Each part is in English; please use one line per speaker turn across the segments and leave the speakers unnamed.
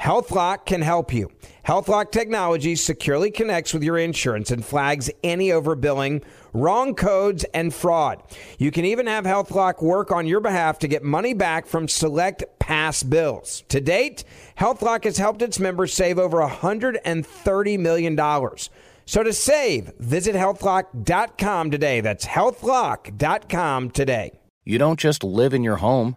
HealthLock can help you. HealthLock technology securely connects with your insurance and flags any overbilling, wrong codes, and fraud. You can even have HealthLock work on your behalf to get money back from select past bills. To date, HealthLock has helped its members save over $130 million. So to save, visit healthlock.com today. That's healthlock.com today.
You don't just live in your home,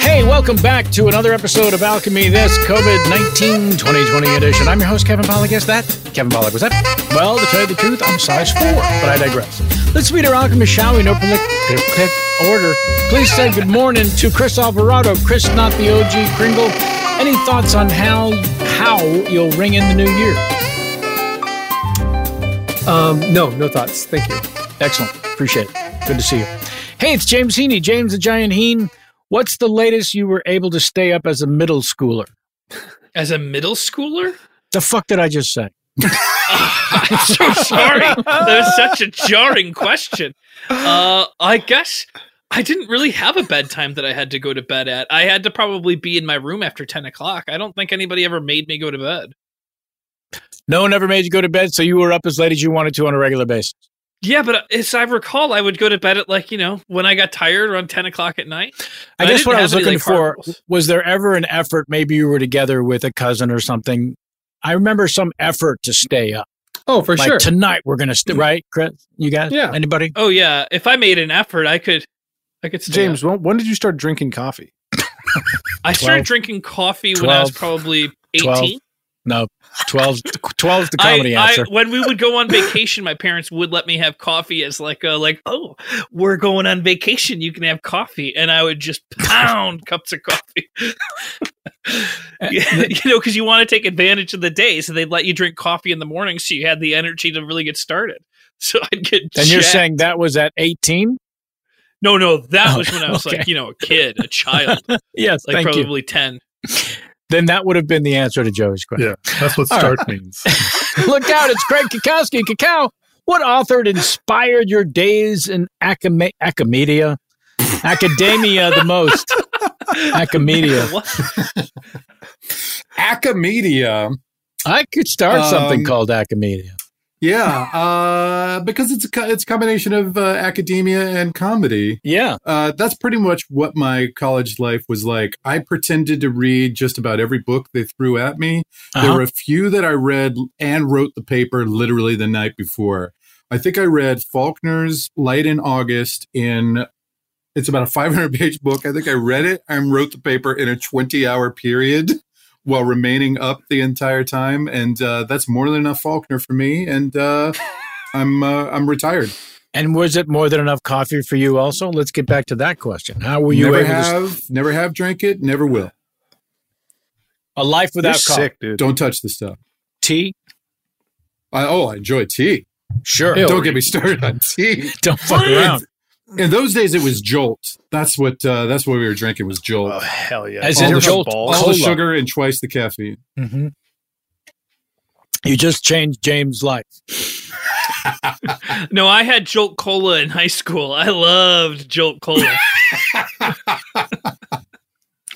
Hey, welcome back to another episode of Alchemy This COVID 19 2020 edition. I'm your host, Kevin Pollak. Is that? Kevin Pollak, was that? Well, to tell you the truth, I'm size four, but I digress. Let's meet our alchemist, shall we? No particular order. Please say good morning to Chris Alvarado. Chris, not the OG Kringle. Any thoughts on how how you'll ring in the new year?
Um, no, no thoughts. Thank you.
Excellent. Appreciate it. Good to see you. Hey, it's James Heaney, James the Giant Heen. What's the latest you were able to stay up as a middle schooler?
As a middle schooler?
The fuck did I just say?
I'm so sorry. that was such a jarring question. Uh, I guess I didn't really have a bedtime that I had to go to bed at. I had to probably be in my room after 10 o'clock. I don't think anybody ever made me go to bed.
No one ever made you go to bed, so you were up as late as you wanted to on a regular basis.
Yeah, but uh, as I recall, I would go to bed at like, you know, when I got tired around 10 o'clock at night.
I guess
didn't
what I
have
was
any,
looking
like,
for
hard rules.
was there ever an effort? Maybe you were together with a cousin or something. I remember some effort to stay up.
Oh, for
like
sure.
tonight, we're gonna stay. Right, Chris? You guys?
Yeah.
Anybody?
Oh, Mm. yeah. If I made an effort, I could. I could stay
James,
up.
when, when did you start drinking coffee?
I started
12.
drinking coffee when I was
12.
probably
12.
18.
No. 12, 12 's the
I,
comedy
I-
answer.
when we would go on vacation, my parents would let me have coffee as like a like, oh, we're going on vacation, you can have coffee, and I would just pound cups of coffee. Yeah, you know, because you want to take advantage of the day, so they'd let you drink coffee in the morning, so you had the energy to really get started. So I'd get.
and you're
jacked.
saying that was at eighteen?
No, no, that was
Oh,
when I was like,
okay.
you know, a kid, a child,
Yes,
like
thank you.
probably ten.
Then that would have been the answer to Joey's question.
Yeah, that's what
All right.
start means.
Look out, it's Greg Kukowski. Kakao, what author had inspired your days in acame- academia? Academia the most. Academia.
What?
Acamedia.
I could start something
Um,
called Academia.
Yeah, uh, because it's a, co- it's a combination of uh, academia and comedy.
Yeah.
Uh, that's pretty much what my college life was like. I pretended to read just about every book they threw at me. There
Uh-huh.
were a few that I read and wrote the paper literally the night before. I think I read Faulkner's Light in August in it's about a 500 page book. I think I read it and wrote the paper in a 20 hour period while remaining up the entire time and uh, that's more than enough Faulkner for me and uh, I'm uh, I'm retired.
And was it more than enough coffee for you also? Let's get back to that question. How were you
never
able to
have never have drank it, never will.
a life
You're
without coffee?
sick, dude.
Don't touch the stuff.
Tea?
I, oh, I enjoy tea.
Sure.
Don't get me started on tea.
Don't fuck around.
In those days, it was Jolt. That's what uh, that's what we were drinking was Jolt.
Oh hell yeah!
As
All
in
the
Jolt.
balls.
All
cola.
the sugar and twice the caffeine.
Mm-hmm.
You just changed James' life.
No, I had Jolt Cola in high school. I loved Jolt Cola.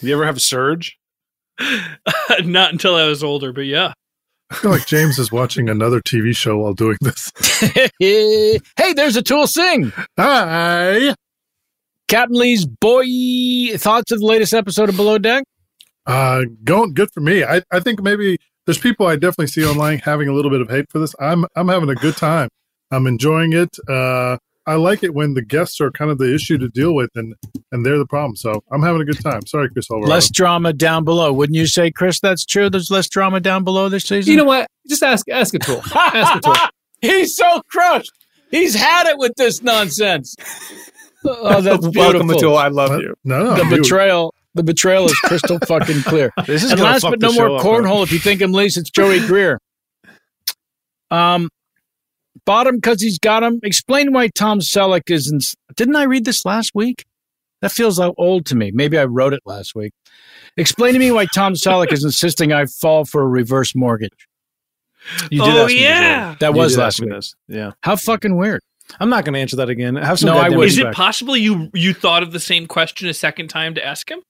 You ever have surge?
Not until I was older, but yeah.
I feel like James is watching another TV show while doing this.
Uh, hey, there's a tool sing.
Hi.
Captain Lee's boy thoughts of the latest episode of Below Deck?
Uh, going good for me. I, I think maybe there's people I definitely see online having a little bit of hate for this. I'm I'm having a good time. I'm enjoying it. Uh, I like it when the guests are kind of the issue to deal with, and and they're the problem. So I'm having a good time. Sorry, Chris Alvarado.
Less drama down below. Wouldn't you say, Chris, that's true? There's less drama down below this season?
You know what? Just ask ask a tool. ask a tool.
He's so crushed. He's had it with this nonsense. Oh, that's
Welcome,
beautiful.
Atul. I love
Uh,
you.
no, no,
The
you-
betrayal. The betrayal is crystal fucking clear.
This is
and
gonna
last
fuck
but
the
no
show
more
up,
cornhole. If you think I'm least, it's Joey Greer. Um, bottom because he's got him. Explain why Tom Selleck isn't. Didn't I read this last week? That feels like old to me. Maybe I wrote it last week. Explain to me why Tom Selleck is insisting I fall for a reverse mortgage.
though. You
oh
ask me this
yeah.
earlier.
That
You
was
did ask
last
me
week.
this. Yeah,
How fucking weird.
I'm not going to answer that again. Have some.
No, I
goddamn
wouldn't.
Is it
respect.
possible you you thought of the same question a second time to ask him?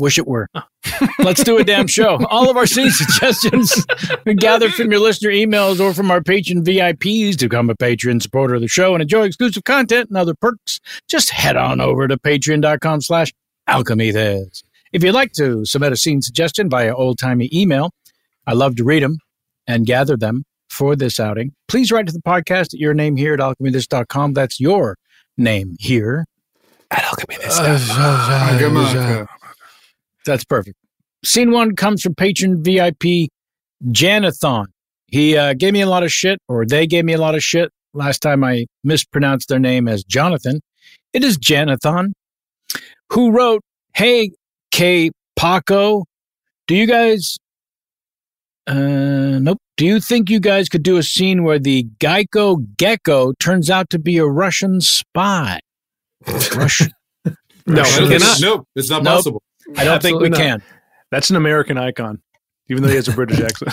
Wish it were. Let's do a damn show. All of our scene suggestions are gathered from your listener emails or from our patron VIPs to become a patron supporter of the show and enjoy exclusive content and other perks. Just head on over to patreon.com slash alchemethes. If you'd like to submit a scene suggestion via old-timey email, I love to read them and gather them for this outing. Please write to the podcast at your name here at alchemythis.com. That's your name here at alchemythis. That's perfect. Scene one comes from patron VIP Janathon. He uh, gave me a lot of shit, or they gave me a lot of shit last time I mispronounced their name as Jonathan. It is Janathon, who wrote, Hey, K. Paco, do you guys. Uh, nope. Do you think you guys could do a scene where the Geico gecko turns out to be a Russian spy? Russian.
No,
Russian-
I cannot.
No, it's not
Nope.
possible.
I
I don't think we can.
That's an American icon, even though he has a British accent.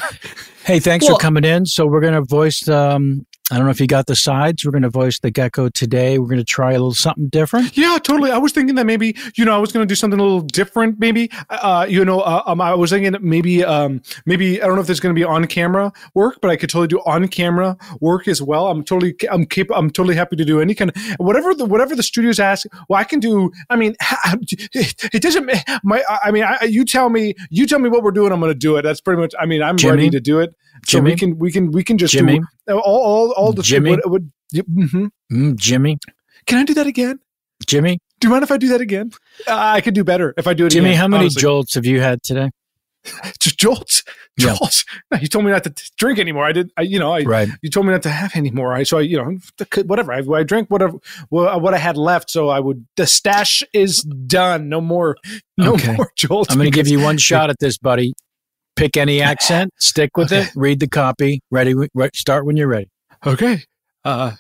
Hey, thanks
Well-
for coming in. So we're gonna voice. Um, I don't know if you got the sides. We're gonna voice the gecko today. We're gonna try a little something different.
Yeah, totally. I was thinking that maybe you know I was going to do something a little different. Maybe uh, you know uh, um, I was thinking that maybe um, maybe I don't know if there's going to be on camera work, but I could totally do on camera work as well. I'm totally I'm cap- I'm totally happy to do any kind of whatever the whatever the studios ask. Well, I can do. I mean, it, it doesn't. ma- My I mean, I, you tell me you tell me what we're doing. I'm going to do it. That's pretty much. I mean, I'm
Jimmy?
ready to do it. So
Jimmy?
we can we can we can just
Jimmy?
do all all all the
Jimmy?
What, what, yeah, mhm.
Mm, Jimmy,
Can I do that again?
Jimmy,
Do you mind if I do that again? Uh, I could do better if I do it
Jimmy.
again.
How many
honestly.
jolts have you had today?
Just jolts?
Yeah.
Jolts. No, you told me not to t- drink anymore. I did. I, you know, I,
Right.
you told me not to have any more. I, so I, you know, c- whatever. I, I drank whatever, wha- what I had left. So I would, the stash is done. No more, no
Okay.
more jolts.
I'm gonna give
because-
you one shot at this, buddy. Pick any accent, stick with it, read the copy, ready, re-
uh,
start when you're ready.
Okay. Uh,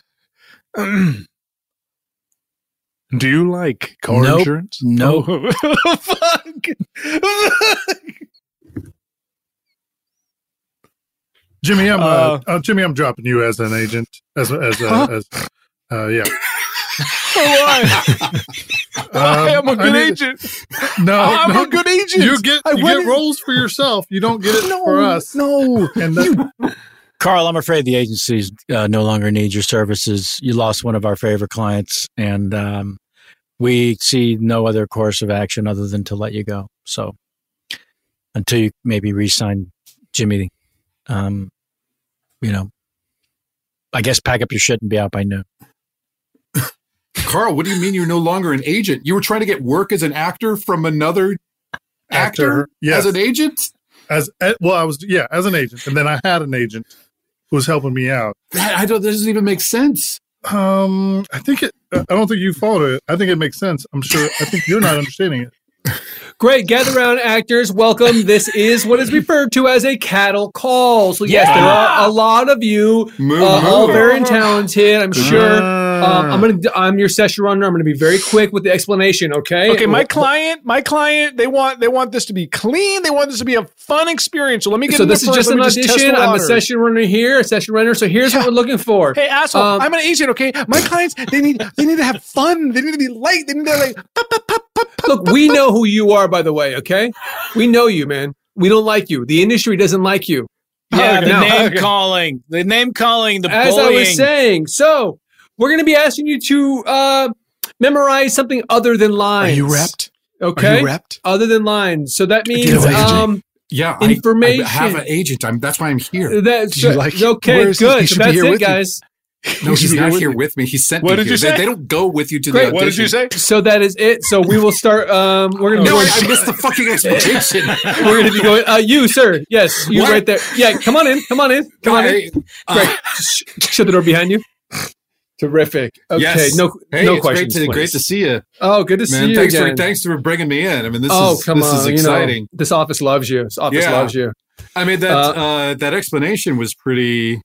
Do you like car
Nope.
insurance?
Nope.
Oh, fuck.
Jimmy, I'm uh,
Uh,
uh, Jimmy, I'm dropping you as an agent, as as a,
Huh?
as uh, yeah.
Why? I am a
Um,
good
I need-
agent.
No,
I'm
no,
a good agent.
You get
I
you
went
get
in-
roles for yourself. You don't get it
No,
for us.
No,
and that,
Carl, I'm afraid the agencies uh, no longer need your services. You lost one of our favorite clients, and um, we see no other course of action other than to let you go. So until you maybe re-sign Jimmy, um, you know, I guess pack up your shit and be out by noon.
Carl, what do you mean you're no longer an agent? You were trying to get work as an actor from another actor,
yes.
as an agent?
as eh, well, I was yeah, as an agent, and then I had an agent who was helping me out.
That, I don't. That doesn't even make sense.
Um, I think it. I don't think you followed it. I think it makes sense. I'm sure. I think you're not understanding it.
Great, gather around, actors. Welcome. This is what is referred to as a cattle call. So yes, there are a lot of you,
Move,
uh, all
move.
very talented. I'm sure. Um, I'm gonna. I'm your session runner. I'm gonna be very quick with the explanation. Okay.
Okay, my
Well,
client, my client, they want they want this to be clean. They want this to be a fun experience. So let me get.
So
in there
this is
first.
just
Let
an
me test
audition.
the
I'm a
waters.
session runner here, a session runner. So here's what we're looking for.
Hey asshole,
Um,
I'm an agent. Okay, my clients they need they need to have fun. They need to be light. They need to like.
Look, we know who you are, by the way. Okay, we know you, man. We don't like you. The industry doesn't like you.
Yeah, the
no.
name
Okay.
calling, the name calling, the
As
bullying.
I was saying, so we're going to be asking you to uh, memorize something other than lines.
you repped?
Okay,
you repped?
Other than lines. So that
you
means
have an agent?
um,
Yeah, I-
Information.
I, have an agent. I'm. Uh, That's why I'm here.
that's okay.
Where's- he
Good.
should
So
be
that's
here with
it,
you.
guys.
No,
He should
he's
be
not
here
here
with
with me. He sent
What
me
did
here.
you say?
They, they don't go with you to
Great.
the
What did you
audition.
So that is it. So we will start. Um, we're gonna.
No,
be
I, I missed the fucking explanation.
We're gonna be going. Uh, you, sir. Yes, you
What? Uh,
right there. Yeah, come on in. Come on in. Come on in. Great. Sh- Shut the door behind you. Terrific. Okay.
Yes.
No.
Hey,
no
it's
questions.
Great to, great
please.
to see you.
Oh, good to see you
Thanks for
again.
thanks for bringing me in. I mean, this
oh,
is
come
this
on.
is
you know,
exciting.
this office loves you. This office
Yeah.
loves you.
I mean that
Uh,
uh, that explanation was pretty.
It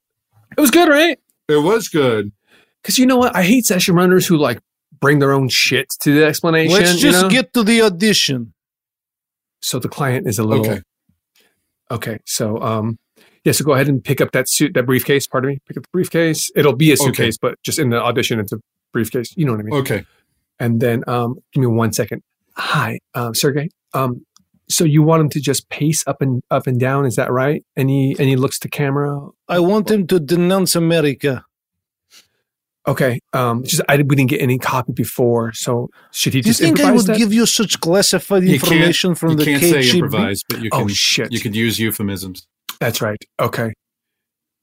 was good, right?
It was good.
Because you know what, I hate session runners who like bring their own shit to the explanation.
Let's
you
just
know?
get to the audition.
So the client is a little okay. so um, yeah. So go ahead and pick up that suit, that briefcase. Pardon me. Pick up the briefcase. It'll be a
Okay.
suitcase, but just in the audition, it's a briefcase. You know what I mean?
Okay.
And then um, give me one second. Hi, um, Sergey. Um, so you want him to just pace up and up and down? Is that right? And he and he looks to camera.
I want him to denounce America.
Okay. Um, just I we didn't get any copy before, so should he
Do you
just
think I
improvise
would
that?
give you such classified
You can't-
information from
you
the
can't
KGB?
say improvise, but you
Oh,
can.
shit.
You could use euphemisms.
That's right. Okay.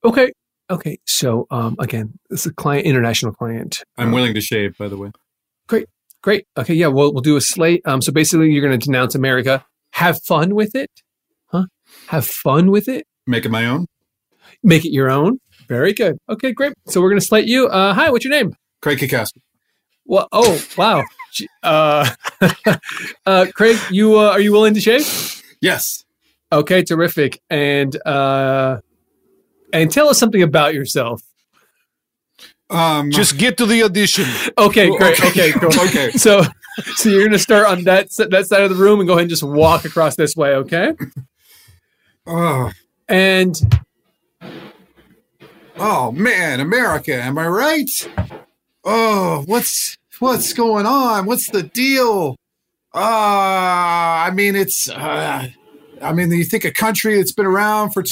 Okay. Okay. So um, again, this is a client, international client.
I'm willing to shave, by the way.
Great. Great. Okay. Yeah. We'll we'll do a slate. Um. So basically, you're going to denounce America. Have fun with it, huh? Have fun with it.
Make it my own.
Make it your own. Very good. Okay. Great. So we're going to slate you. Uh. Hi. What's your name?
Craig Kikowski.
Well. Oh. Wow. Gee, uh. uh. Craig, you uh, are you willing to shave?
Yes.
Okay, terrific. And uh and tell us something about yourself.
Um,
Just get to the audition.
Okay, great. Okay, cool.
Okay.
So so you're going to start on that s- that side of the room and go ahead and just walk across this way, okay?
Oh,
And
oh man, America, am I right? Oh, what's what's going on? What's the deal? Ah, I mean it's uh, I mean you think a country that's been around for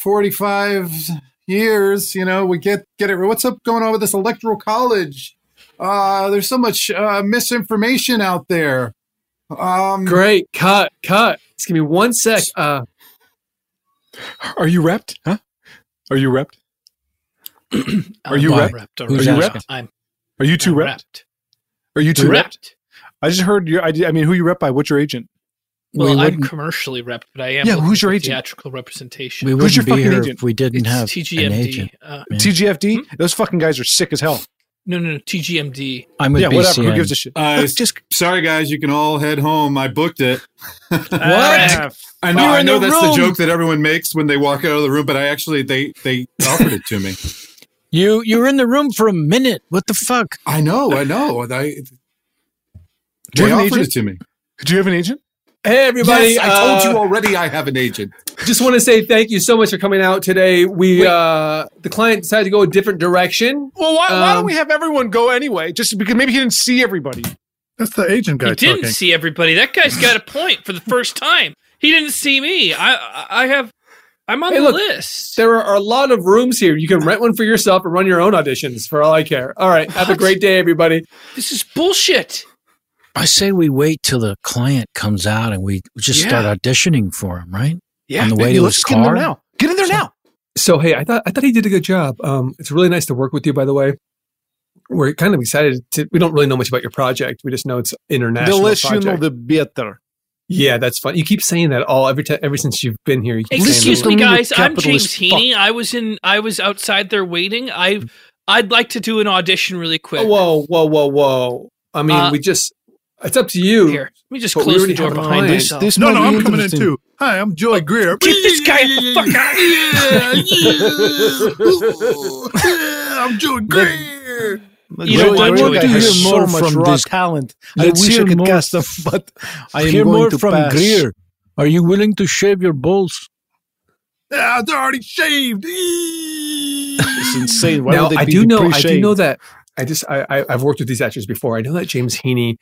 245 years, you know, we get get it what's up going on with this electoral college? Uh there's so much uh, misinformation out there. Um
great. Cut. Cut. Just give me one sec. Uh
Are you repped? Huh? Are you repped? Are you
Why?
repped? Are
Who's
you
asking?
repped?
I'm
Are you two repped? Are you two repped?
repped.
I just heard your. I, I mean, who you rep by? What's your agent?
Well,
We
I'm
wouldn't-
commercially repped, but I am.
Yeah,
looking
who's your
for
agent?
Theatrical representation.
we
Who's
wouldn't
your
be
fucking
here
agent?
if we didn't
It's
have an
TGMD.
agent.
Uh,
Yeah.
TGFD. Those fucking guys are sick as hell.
no, no, no. TGMD.
I'm with
yeah,
BCN.
whatever. Who gives a shit?
Uh,
Just
sorry guys, you can all head home. I booked it.
Ah,
I
We
know,
were
I
in
know
the
that's
room.
the joke that everyone makes when they walk out of the room, but I actually they they offered it to me.
You you were in the room for a minute. What the fuck?
I know. I know. I,
Do you
they
have an
offered
agent?
it to me.
Do you have an agent?
Hey,
everybody,
Yes, I told
uh,
you already I have an agent.
Just want to say thank you so much for coming out today. We uh the client decided to go a different direction.
Well, why, why don't
Um,
we have everyone go anyway? Just because maybe he didn't see everybody.
That's the agent
guy
he didn't see everybody. That guy's got a point for the first time. He didn't see me. I I- I have. I'm on
Hey,
the
look,
list.
there are a lot of rooms here. You can rent one for yourself and run your own auditions for all I care. All right. Have a great day, everybody.
This is bullshit.
I say we wait till the client comes out and we just
Yeah.
start auditioning for him, right?
Yeah,
On the way
maybe
to
let's
his
just get in there
car.
now.
Get in there now.
So hey, I thought I thought he did a good job. Um, it's really nice to work with you, by the way. We're kind of excited. To, we don't really know much about your project. We just know it's international.
The less you know,
project.
the better.
yeah, that's fun. You keep saying that all every time ever since you've been here. You keep saying
Excuse
that.
me, guys. I'm James Heaney. I was in. I was outside there waiting. I. I'd like to do an audition really quick.
Oh, Whoa, whoa, whoa, whoa! I mean,
Uh,
we just—it's up to you.
Here, let me just
But we
close
already
the door
have a
behind
client.
myself. No, no, I'm coming in too.
Hi, I'm Joy Greer.
Keep this guy the fuck out.
I'm Joe Greer.
You know what,
I
Joey?
want to
There's
hear
so
more
much
from
raw
this talent. I
Let's
wish I
hear
could
more-
cast them, but I am
Hear
going
more
to
from
pass.
Greer. Are you willing to shave your balls?
Yeah, they're already shaved.
It's insane.
now I do know. I do know that. I just I, I I've worked with these actors before. I know that James Heaney.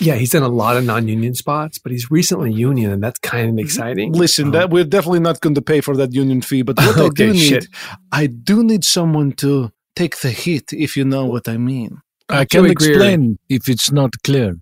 Yeah, he's done a lot of non-union spots, but he's recently union, and that's kind of exciting.
Mm-hmm.
Um,
Listen, that we're definitely not going to pay for that union fee. But what
Okay,
I do need,
shit.
I do need someone to take the hit, if you know what I mean.
I can explain if it's not clear.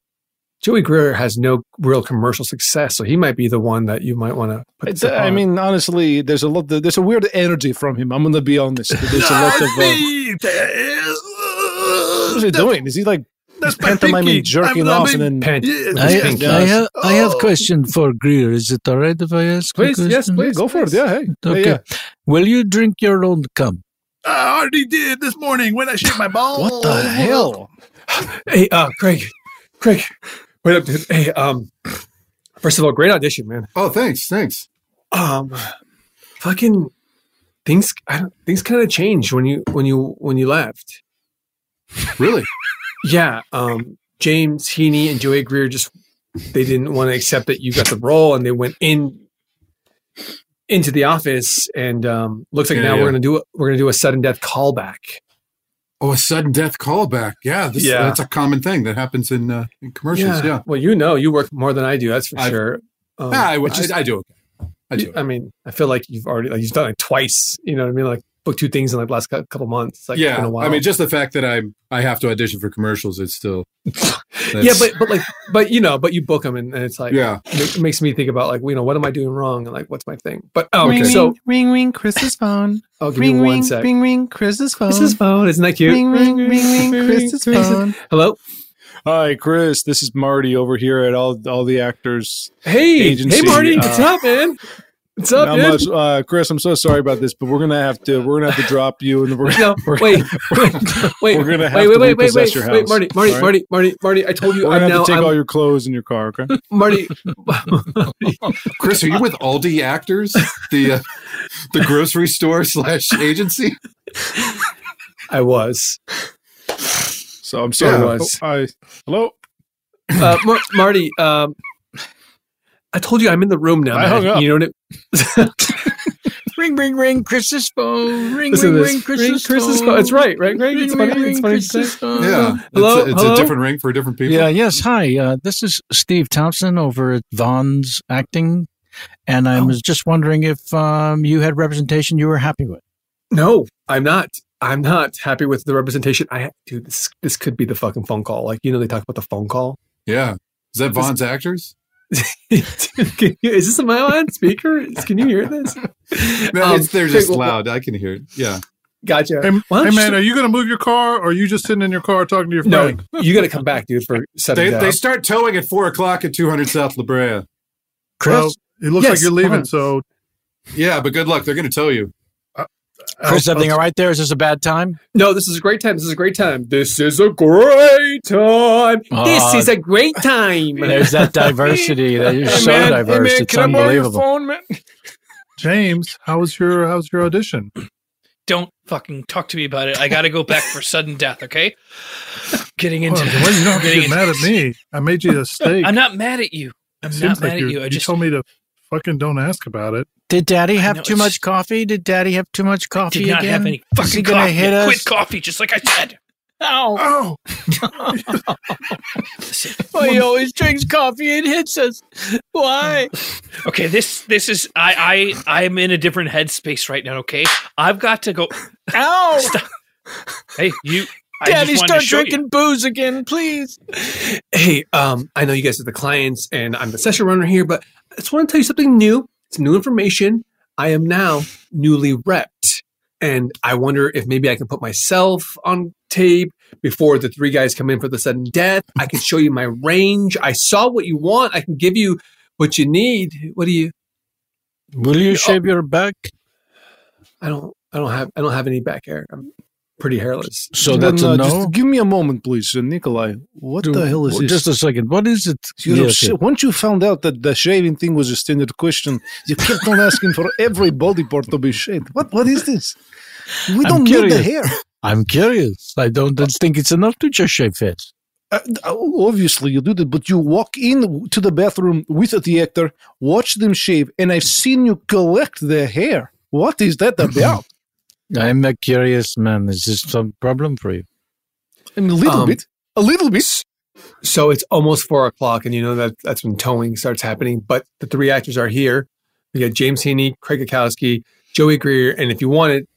Joey Greer has no real commercial success, so he might be the one that you might want to.
I, I mean, honestly, there's a lot. There's a weird energy from him. I'm going to be honest. There's a lot of. Uh, what is he doing? Is he like that's pantomiming jerking off and then
I, I have I have question for Greer. Is it all right if I ask? a
Oh. Please, yes,
question?
please, Go for it. please. Yeah, hey. Yeah,
Okay.
yeah.
Will you drink your own cum?
I already did this morning when I shaved my balls. What the
hell?
Hey, uh, Craig, Craig, wait up, dude. Hey, um, first of all, great audition, man.
Oh, thanks, thanks.
Um, fucking things, I don't, things kind of changed when you when you when you left.
Really?
yeah. Um, James Heaney and Joey Greer just they didn't want to accept that you got the role, and they went in into the office, and um, looks like
Yeah,
now
yeah.
we're gonna do a, we're gonna do a sudden death callback.
Oh, a sudden death callback. Yeah, this,
Yeah.
that's a common thing that happens in, uh, in commercials. Yeah.
Well, you know, you work more than I do. That's for sure. Um,
Ah, I,
it
I,
just-
I do. Okay. I do.
I mean, I feel like you've already like you've done it twice. You know what I mean? Like book two things in like the last cou- couple months. Like it's
yeah,
been a while.
I mean, just the fact that I'm I have to audition for commercials. It's still
yeah, but but like but you know, but you book them and, and it's like
Yeah.
it makes me think about like you know what am I doing wrong and like what's my thing. But oh,
ring,
so
ring, ring, ring, Chris's phone.
Oh, give me
ring,
one
ring,
sec.
ring, ring, Chris's phone.
Chris's phone. Isn't that cute?
Ring, ring, ring, ring, Chris's phone.
Hello.
Hi, Chris. This is Marty over here at all all the actors.
Hey,
agency.
hey, Marty,
Uh,
what's up, man? What's up,
not
dude?
much, uh, Chris. I'm so sorry about this, but we're gonna have to we're gonna have to drop you and we're,
no,
we're
wait, wait,
we're gonna have
wait,
to
wait, wait, wait,
repossess
wait,
your house.
wait, Marty, Marty,
all right?
Marty, Marty, Marty. I told you
We're
I'm
gonna have
now.
to take
I'm,
all your clothes and your car. Okay,
Marty,
Chris, are you with Aldi Actors, the uh, the grocery store slash agency?
I was.
So I'm sorry.
Yeah.
I
Oh,
Was.
I, hello.
uh, Mar- Marty, um, I told you I'm in the room now.
I
man.
hung up.
You know what? It,
Ring, ring, ring, Chris's phone. Ring,
listen
ring,
to this.
ring, Chris's,
Ring Chris's
phone.
phone. It's right, right, Greg?
Ring,
It's
ring,
funny.
ring,
it's funny.
Chris's phone.
Yeah,
Hello.
it's, a, it's
hello?
a different ring for different people.
Yeah, yes. Hi. Uh, this is Steve Thompson over at Vaughn's Acting. And I was just wondering if um, you had representation you were happy with.
No, I'm not. I'm not happy with the representation. I dude, this this could be the fucking phone call. Like you know, they talk about the phone call.
Yeah, is that
This-
Vaughn's Actors?
Can you- Is this a my on speaker? Can you hear this?
No,
Um,
it's, they're just
Craig, wh-
loud. I can hear it. Yeah.
Gotcha.
Hey,
Why don't
hey, man,
you just-
are you going to move your car or are you just sitting in your car talking to your
No,
friend?
you got to come back, dude. For setting
They,
that
they
up.
start towing at four o'clock at 200 South La Brea.
Chris? Well, it looks like Yes, you're leaving, come on.
so. Yeah, but good luck. They're going to tow you.
Chris, everything all right there? Is this a bad time?
No, this is a great time. This is a great time. This is a great time.
Aw.
this is a great time.
There's that diversity. That You're so diverse. it's unbelievable.
James, how was your how was your audition?
don't fucking talk to me about it. I got to go back for sudden death. Okay. Getting into
Oh, Dwayne, you don't have to
getting
get
into
mad at me. I made you a steak.
I'm not mad at you. I'm
Seems
not
like
mad at
you-
you. I
you
just
told me to fucking don't ask about it.
Did Daddy have
know,
too
it's-
much coffee? Did Daddy have too much coffee
did not
again?
have any
Is he
fucking
gonna
coffee.
hit
I
us?
Quit coffee, just like I said.
Ow! Oh. well, he always drinks coffee and hits us. Why?
Okay, this this is I I I'm in a different headspace right now. Okay, I've got to go.
Ow!
Hey, you. I
Daddy,
just wanted
start
to show you.
drinking booze again, please.
hey, um, I know you guys are the clients and I'm the session runner here, but I just want to tell you something new. It's new information. I am now newly repped. And I wonder if maybe I can put myself on tape before the three guys come in for the sudden death. I can show you my range. I saw what you want. I can give you what you need. What do you Oh.
Will you shave your back?
I don't I don't have I don't have any back hair. I'm pretty hairless.
So that's a
Then,
no.
uh, just
give me a moment, please, uh, Nikolai. What
Dude,
the hell is
w-
this?
just a
second. What is it?
Yes, yeah.
Once you found out that the shaving thing was a standard question, you kept on asking for every body part to be shaved. What? What is this? We don't need the hair.
I'm curious. I don't think it's enough to just shave heads.
Uh, obviously, you do that, but you walk in to the bathroom with the actor, watch them shave, and I've seen you collect their hair. What is that about?
I'm a curious man. Is this some problem for you?
I mean, a little
Um,
bit. A little bit.
So it's almost four o'clock, and you know that that's when towing starts happening. But the three actors are here. We got James Heaney, Craig Akowski, Joey Greer, and if you want it,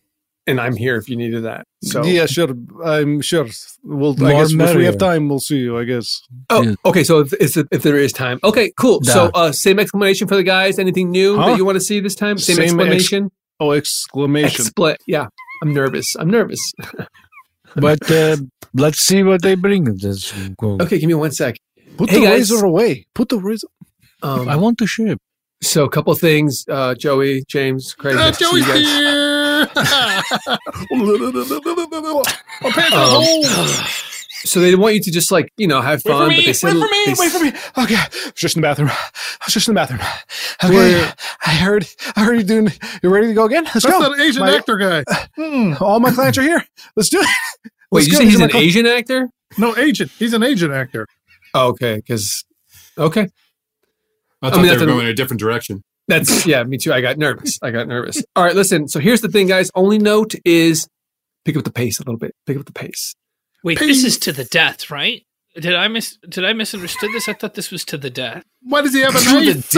and I'm here if you needed that. So
yeah, sure. I'm sure. Well,
More
I guess if we
merrier.
have time, we'll see you. I guess.
Oh, okay. So if, is it- if there is time, okay, cool. So uh, same exclamation for the guys. Anything new
Huh?
that you want to see this time? Same,
ex-
exclamation.
oh, exclamation!
Expla- yeah, I'm nervous. I'm nervous.
But uh, let's see what they bring. This
Mm.
okay, give me one sec.
Put
Hey,
the
guys.
razor away. Put the razor.
Um,
I want to ship.
So a couple things, uh, Joey, James, Craig.
Uh,
nice to see you
Joey's
guys.
here. I'm paying for
Um,
the whole.
so they want you to just like you know have
Wait for
fun,
me,
but they said
wait for me,
they,
wait for me. Okay, I was just in the bathroom. I was just in the bathroom. Okay,
Where-
I heard. I heard you doing. You ready to go again? Let's
That's
go.
that Asian actor guy.
Mm, all my clients are here. Let's do it.
Wait,
Let's
you
go.
say
These
he's
are
an
my cli-
Asian actor?
No, agent. He's an agent actor.
Oh, okay, because okay,
I thought
mean,
they
that's
were
a-
going in a different direction.
that's yeah, me too. I got nervous. I got nervous. All right, listen. So here's the thing, guys. Only note is pick up the pace a little bit. Pick up the pace.
Wait, this is to the death, right? Did I mis did I misunderstood this? I thought this was to the death.
Why does he have a
To the
knife?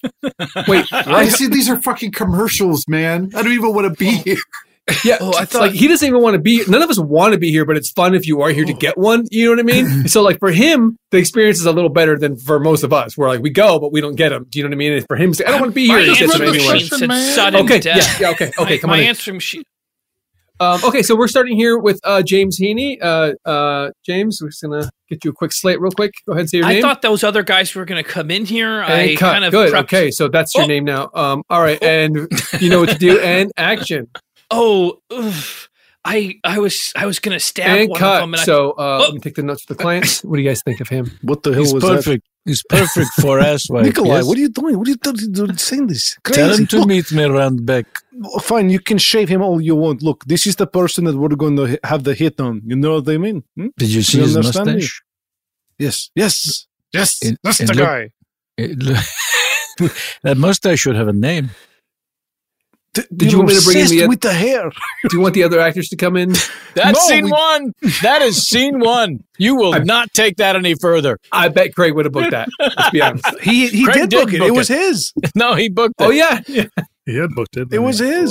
death.
Wait,
I see these are fucking commercials, man. I don't even want to be here.
Oh. Yeah,
Oh,
it's like he doesn't even want to be. None of us want to be here, but it's fun if you are
Oh.
here to get one. You know what I mean? so like for him, the experience is a little better than for most of us. We're like we go, but we don't get them. Do you know what I mean? And for him, it's like, I don't want to be here.
My
He gets 'em
answering
anyway.
machine said sudden
okay,
death.
Yeah, yeah, okay, okay.
My-
come
my
on. in.
answering machine.
Um, okay, so we're starting here with uh, James Heaney. Uh, uh, James, we're just gonna get you a quick slate real quick. Go ahead and say your
I
name.
thought those other guys were going to come in here.
and
I
cut.
kind of
Good.
prepped. Oh.
Okay, so that's your name now. Um, all right, and you know what to do. And action.
Oh, oof. I I was I was going to stab
and
one
cut.
of them. And
so uh,
I, oh.
let me take the notes for the clients. What do you guys think of him?
What the hell
He's
was
perfect. He's perfect for us,
that?
wife.
Nikolai,
yes?
what are you doing? What are you doing? You're saying this? Crazy.
Tell him to
Look,
meet me round back.
fine. You can shave him all you want. Look, this is the person that we're going to ha- have the hit on. You know what I mean? Hmm?
Did you see his
understand me?
mustache?
Yes. Yes. Yes.
It-
that's
it
the
look-
guy.
it look- that mustache should have a name.
Did you want me to bring in the?
the hair?
Do you want the other actors to come in?
That's
No,
scene
we-
one. That is scene one. You will not take that any further.
I bet Craig would have booked that. Let's be honest.
He he
Craig
did
did
book it.
book
It was
it.
his.
No, he booked it.
Oh yeah.
He had booked it.
It was his.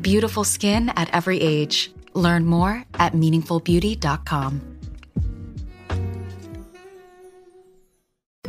Beautiful skin at every age. Learn more at meaningfulbeauty.com.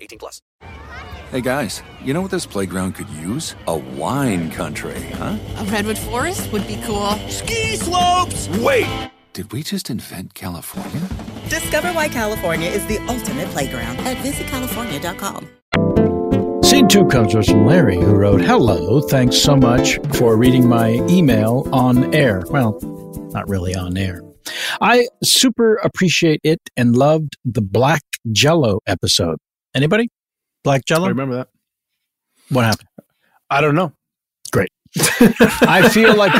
18 plus.
Hey guys, you know what this playground could use? A wine country, huh?
A redwood forest would be cool. Ski
slopes! Wait! Did we just invent California?
Discover why California is the ultimate playground at visitcalifornia.com.
Scene two comes to us from Larry, who wrote, Hello, thanks so much for reading my email on air. Well, not really on air. I super appreciate it and loved the Black Jello episode. Anybody? Black Jello?
I remember that.
What happened?
I don't know.
Great. I feel like.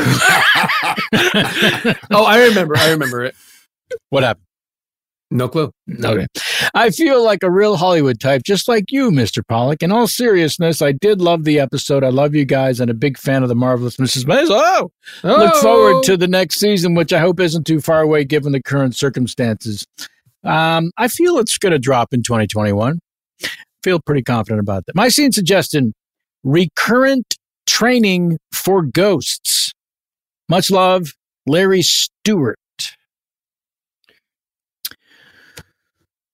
oh, I remember. I remember it.
What happened?
No clue.
Okay. I feel like a real Hollywood type, just like you, Mr. Pollock. In all seriousness, I did love the episode. I love you guys and a big fan of the marvelous Mrs. Maisel. Oh, look
Oh.
forward to the next season, which I hope isn't too far away given the current circumstances. Um, I feel it's going to drop in 2021. Feel pretty confident about that. My scene suggestion recurrent training for ghosts. Much love, Larry Stewart.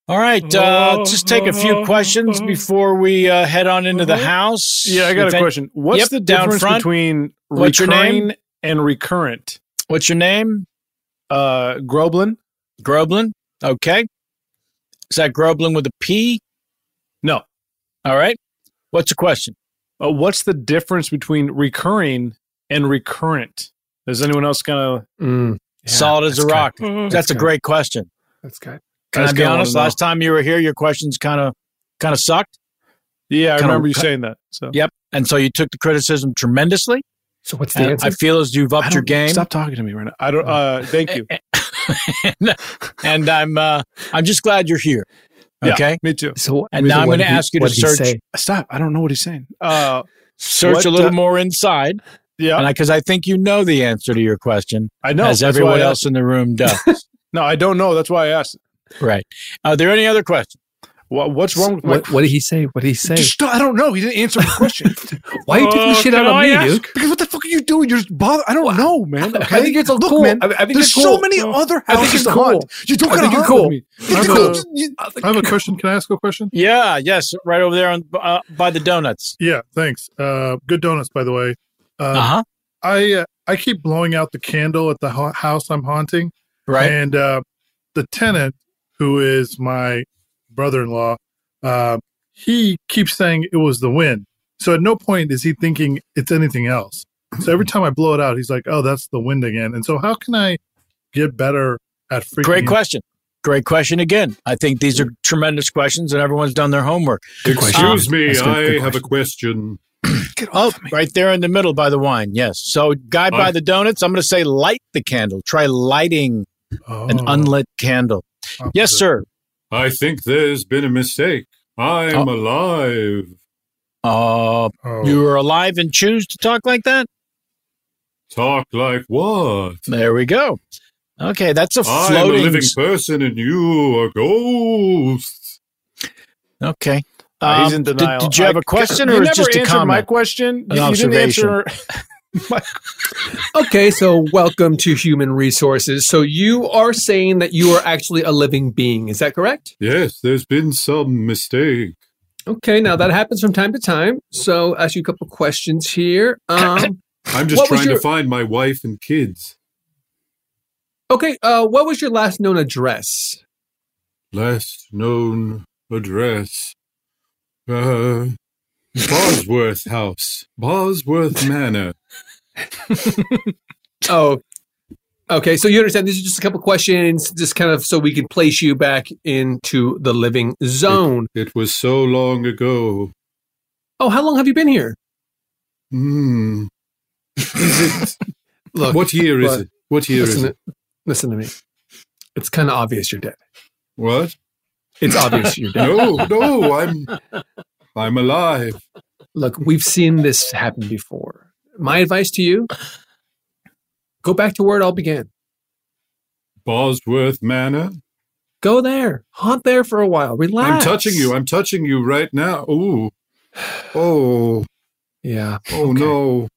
All right, uh, let's just take a few questions before we uh, head on into
Uh-huh.
the house.
Yeah, I got
If
a
any-
question. What's
Yep,
the
down
difference
front.
between
What's your
recurring
name?
and recurrent?
What's your name?
Uh, Groblin.
Groblin. Okay. Is that Groblin with a P?
No.
All right. What's the question?
Uh, what's the difference between recurring and recurrent? Is anyone else gonna
Mm. Solid as a rock.
Mhm.
That's a
That's
great question.
That's good.
Can
That's
I be
good. I wanna
honest?
know.
Last time you were here, your questions kind of kind of sucked.
Yeah, I
Kinda-
remember you saying that. So
Yep. And so you took the criticism tremendously.
So what's
the answer?
I feel as you've
I
upped your
don't-
game. Oh.
Stop talking to me right now. I don't. Uh, thank you.
and I'm uh, I'm just glad you're here.
Yeah,
Okay,
me too.
So, and now I'm going to ask you to search
Stop. I don't know what he's saying. Uh,
search
what,
a little
uh,
more inside.
Yeah,
and because I, think you know the answer to your question.
I know,
as
that's
everyone
why I
else
asked.
in the room does.
No, I don't know. That's why I asked.
right? Uh, Are there any other questions?
What, what's wrong with my?
What, what did he say? What did he say?
Just stop- I don't know. He didn't answer my question.
Why are you
Oh,
taking the shit out on me, dude?
Because what the fuck are you doing? You're just bother. I don't know, man. Okay?
I think it's a
Look,
cool.
man.
I, I think
there's
it's
so
cool.
many other
I think
houses
it's
to
cool.
hunt. You don't
I
gotta
think you're
hunt
cool.
with me.
I have, a,
You-
I have a question. Can I ask a question?
Yeah, yes, right over there on uh, by the donuts. Uh-huh.
Yeah, thanks. Uh, good donuts, by the way. Uh
huh.
I uh, I keep blowing out the candle at the ha- house I'm haunting.
Right.
And uh, the tenant, who is my brother in law, uh, he keeps saying it was the wind. So at no point is he thinking it's anything else. So every time I blow it out, he's like, oh, that's the wind again. And so how can I get better at freaking
Great question. Great question again. I think these are tremendous questions, and everyone's done their homework.
Excuse
Um,
me,
that's good-
I
good
have a question.
oh, right there in the middle by the wine. Yes. So, guy by
Oh.
the donuts, I'm going to say light the candle. Try lighting an unlit candle. Yes, sir.
I think there's been a mistake. I'm alive.
Oh. Uh, You are alive and choose to talk like that?
Talk like what?
There we go. Okay, that's a
I'm a
floating.
living person and you are ghosts.
okay.
Uh, he's in
did-
denial.
Did, you have
I-
a question
You
or
never
just a
answered
comment?
my
question.
An
You- you didn't
observation.
answer
Okay, so welcome to Human Resources. So you are saying that you are actually a living being. Is that correct?
Yes, there's been some mistake.
Okay, now that happens from time to time. So ask you a couple questions here. Um,
I'm just
what was
trying
your-
to find my wife and kids.
Okay, uh, what was your last known address?
Last known address. Uh, Bosworth House. Bosworth Manor.
Oh, okay. So you understand these are just a couple questions, just kind of so we can place you back into the living zone.
It, was so long ago.
Oh, how long have you been here?
Hmm. what year is
Mm. but-
it? What year
listen
is
to-
it?
listen to me. It's kind of obvious you're dead.
What?
It's obvious you're dead.
no, no, I'm I'm alive.
Look, we've seen this happen before. My advice to you go back to where it all began.
Bosworth Manor.
Go there, haunt there for a while,
I'm
relax.
touching you. I'm touching you right now. Ooh. Oh.
Yeah.
Oh no.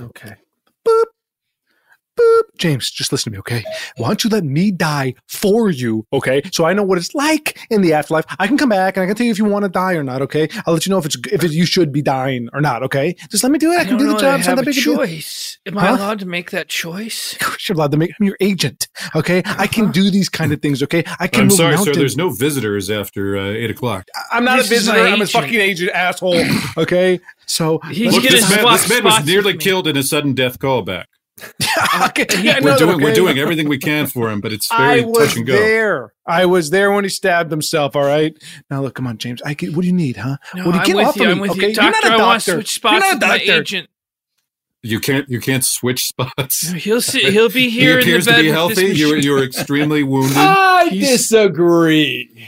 Okay.
Boop. James, just listen to me, okay? Why don't you let me die for you, okay? So I know what it's like in the afterlife. I can come back and I can tell you if you want to die or not, okay? I'll let you know if it's if it, you should be dying or not, okay? Just let me do it. I, can
don't
do the
know
job.
that I
It's not
have
that
a
big a deal.
choice. Am I
Huh?
allowed to make that choice?
Of course You're allowed to make. I'm your agent, okay? I can do these kind of things, okay? I can.
I'm
move
sorry,
mountains.
sir. There's no visitors after uh, eight o'clock.
I'm not
This
a
is my
visitor. I'm a
agent.
fucking agent, asshole. Okay, so
Look, this man, this man was nearly killed in a sudden death callback. we're
Yeah, no,
doing we're
okay.
doing everything we can for him, but it's
I
very
was
touch and go.
there. I was there when he stabbed himself. All right. Now look, come on, James. I get, what do you need, huh?
No,
what do
I'm
get
with
off
you.
of
I'm
me,
with
okay?
you,
You're
doctor.
not a
I
doctor.
want to switch spots
You're
with
not a
my
doctor.
agent.
You can't you can't switch spots.
He'll see, he'll be here
He
in the
appears to
bed
be
with
healthy.
this
You're
machine.
you're extremely wounded.
I
He's-
disagree.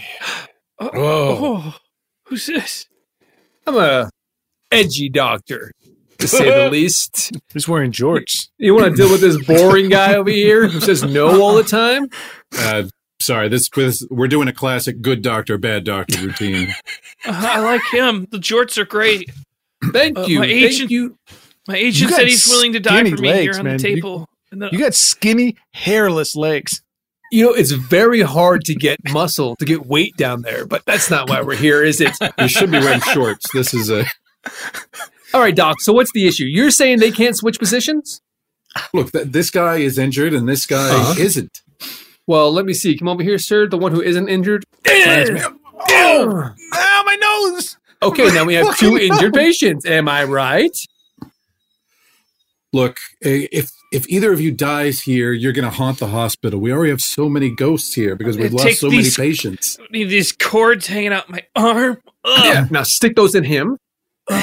Oh, who's this?
I'm a edgy doctor, to say the least.
He's wearing jorts.
You want to deal with this boring guy over here who says no all the time?
Uh, sorry, this, this we're doing a classic good doctor bad doctor routine.
Uh, I like him. The jorts are great. Uh,
Thank
you.
My
Thank
agent,
you.
My agent
got
said he's willing to die
skinny
for me
legs,
here on
man.
the
You-
table. and then
You got skinny, hairless legs.
You know, it's very hard to get muscle, to get weight down there, but that's not why we're here, is it?
You should be wearing shorts. This is a
All right, Doc. So what's the issue? You're saying they can't switch positions?
look. Th- this guy is injured, and this guy
Uh-huh.
isn't.
Well, let me see. Come over here, sir. The one who isn't injured. Oh,
ow, Ah, my nose.
Okay, now we have two
Fucking
injured
nose.
patients. Am I right?
Look, i- if if either of you dies here, you're going to haunt the hospital. We already have so many ghosts here because we've
Take
lost so many
these-
patients.
I need these cords hanging out my arm.
Yeah. Now stick those in him.
Eh.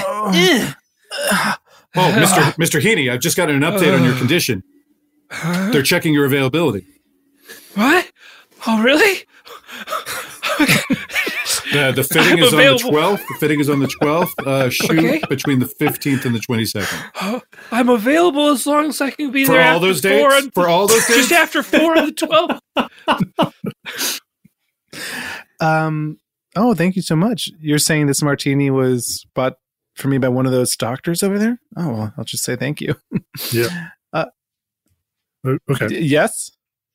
Ugh.
Oh, Mr. Mr. Heaney, I've just gotten an update on your condition. They're checking your availability.
What? Oh, really?
The, the fitting
I'm
is
available.
on the 12th. The fitting is on the 12th. Uh, shoot
Okay.
between the 15th and the 22nd.
Oh, I'm available as long as I can be
For
there
all
after
those
four
dates?
on-
For all those
just
dates?
after four on the twelfth.
Um. Oh, thank you so much. You're saying this martini was bought for me by one of those doctors over there? Oh, well, I'll just say thank you.
Yeah.
Uh,
okay.
yes.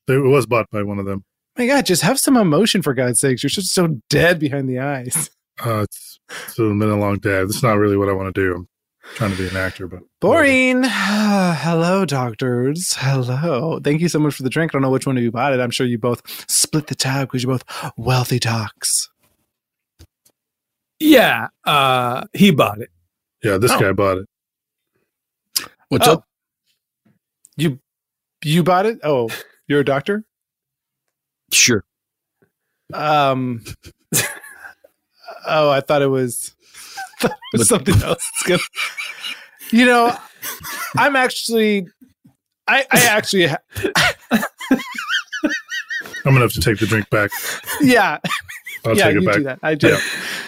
It was bought by one of them.
My God, just have some emotion for God's sakes. You're just so dead behind the eyes.
Uh, it's, it's been a long day. That's not really what I want to do. trying to be an actor, but
Boring. Hello, doctors. Hello. Thank you so much for the drink. I don't know which one of you bought it. I'm sure you both split the tab because you're both wealthy docs.
Yeah, uh, he bought it.
yeah, this
Oh.
guy bought it.
What's up? Oh. You you bought it? Oh, you're a doctor?
Sure.
Um Oh, I thought it was, I thought it was something else. It's good. You know, I'm actually I I actually ha-
I'm gonna have to take the drink back.
yeah.
I'll
yeah,
take it
you
back.
do that. I do.
Yeah.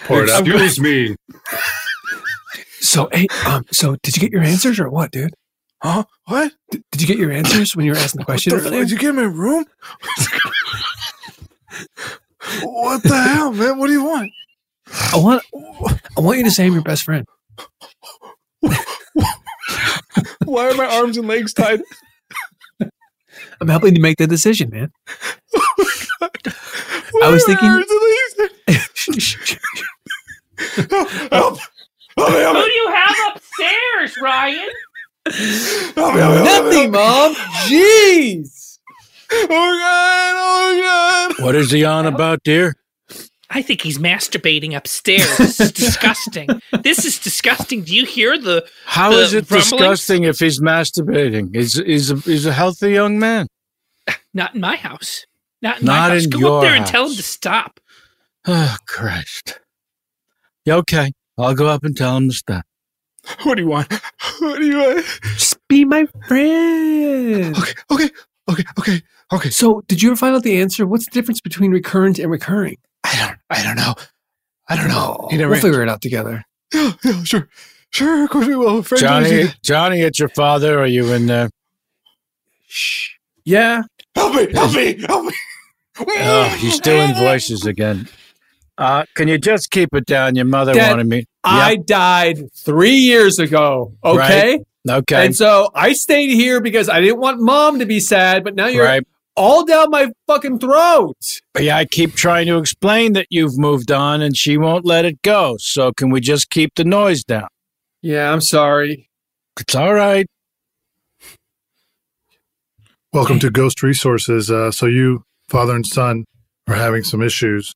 Pour it out.
Excuse
me.
So, hey, um, so did you get your answers or what, dude?
Huh? What?
Did, did you get your answers when you were asking the question?
What the
earlier?
fuck? Did you get in my room? what the hell, man? What do you want?
I want, I want you to say I'm your best friend.
Why are my arms and legs tied?
I'm helping you make the decision, man. I was thinking.
help! Help
Oh,
me, help
Who
me.
do you have upstairs, Ryan?
Nothing, Mom. Jeez.
Oh God! Oh
What is he on about, dear?
I think he's masturbating upstairs. This is disgusting. This is disgusting. Do you hear the?
How
the
is it
rumblings?
disgusting if he's masturbating? He's, he's, a, he's a healthy young man.
Not in my house. Not in
Not
my house.
in
Go
your
up there and
house.
tell him to stop.
Oh, Christ. Yeah, okay. I'll go up and tell him to stop.
What do you want? What do you want?
Just be my friend. Okay,
okay, okay, okay, okay.
So, did you ever find out the answer? What's the difference between recurrent and recurring?
I don't know. I don't know.
You never we'll figure it out together.
Yeah, yeah, sure. Sure, of course we will. Friend
Johnny,
Johnny.
Johnny, it's your father. Are you in there?
Yeah.
Help me, help me, help me.
Oh, he's doing voices again. Uh, can you just keep it down? Your mother
Dad,
wanted me.
I died three years ago. Okay.
Right. Okay.
And so I stayed here because I didn't want mom to be sad, but now you're
Right.
all down my fucking throat.
Yeah, I keep trying to explain that you've moved on and she won't let it go. So can we just keep the noise down?
Yeah, I'm sorry.
It's all right.
Welcome to Ghost Resources. Uh, so you, father and son, are having some issues.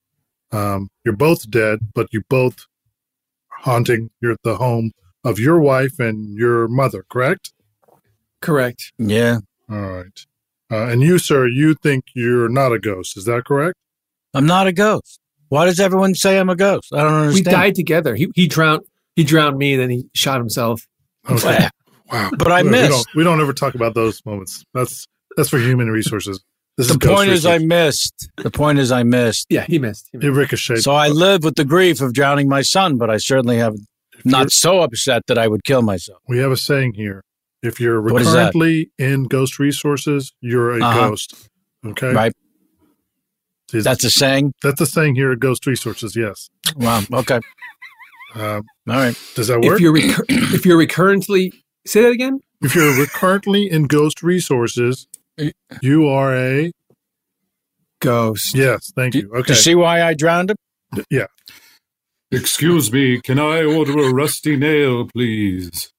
Um, you're both dead, but you both are haunting your the home of your wife and your mother. Correct?
Correct.
Yeah.
All right. Uh, and you, sir, you think you're not a ghost? Is that correct?
I'm not a ghost. Why does everyone say I'm a ghost? I don't
We
understand.
died together. He he drowned he drowned me, then he shot himself.
Okay.
wow. But I
We don't-
missed.
We don't, ever talk about those moments. That's that's for human resources. This
the
is Ghost
point is, I
Resources.
missed. The point is, I missed.
Yeah, he missed.
It ricocheted.
So I live with the grief of drowning my son, but I certainly have not so upset that I would kill myself.
we have a saying here. If you're
What is that?
recurrently in ghost resources, you're a
Uh-huh.
ghost. Okay.
Right.
Is-
That's a saying.
That's a saying here at Ghost Resources. Yes.
Wow. Okay.
Um,
All right.
Does that work?
If you're recur- if you're recurrently say that again?
If you're recurrently in Ghost Resources, you are a
ghost.
Yes. Thank you. Okay.
why I drowned him?
Yeah.
Excuse me, can I order a rusty nail, please?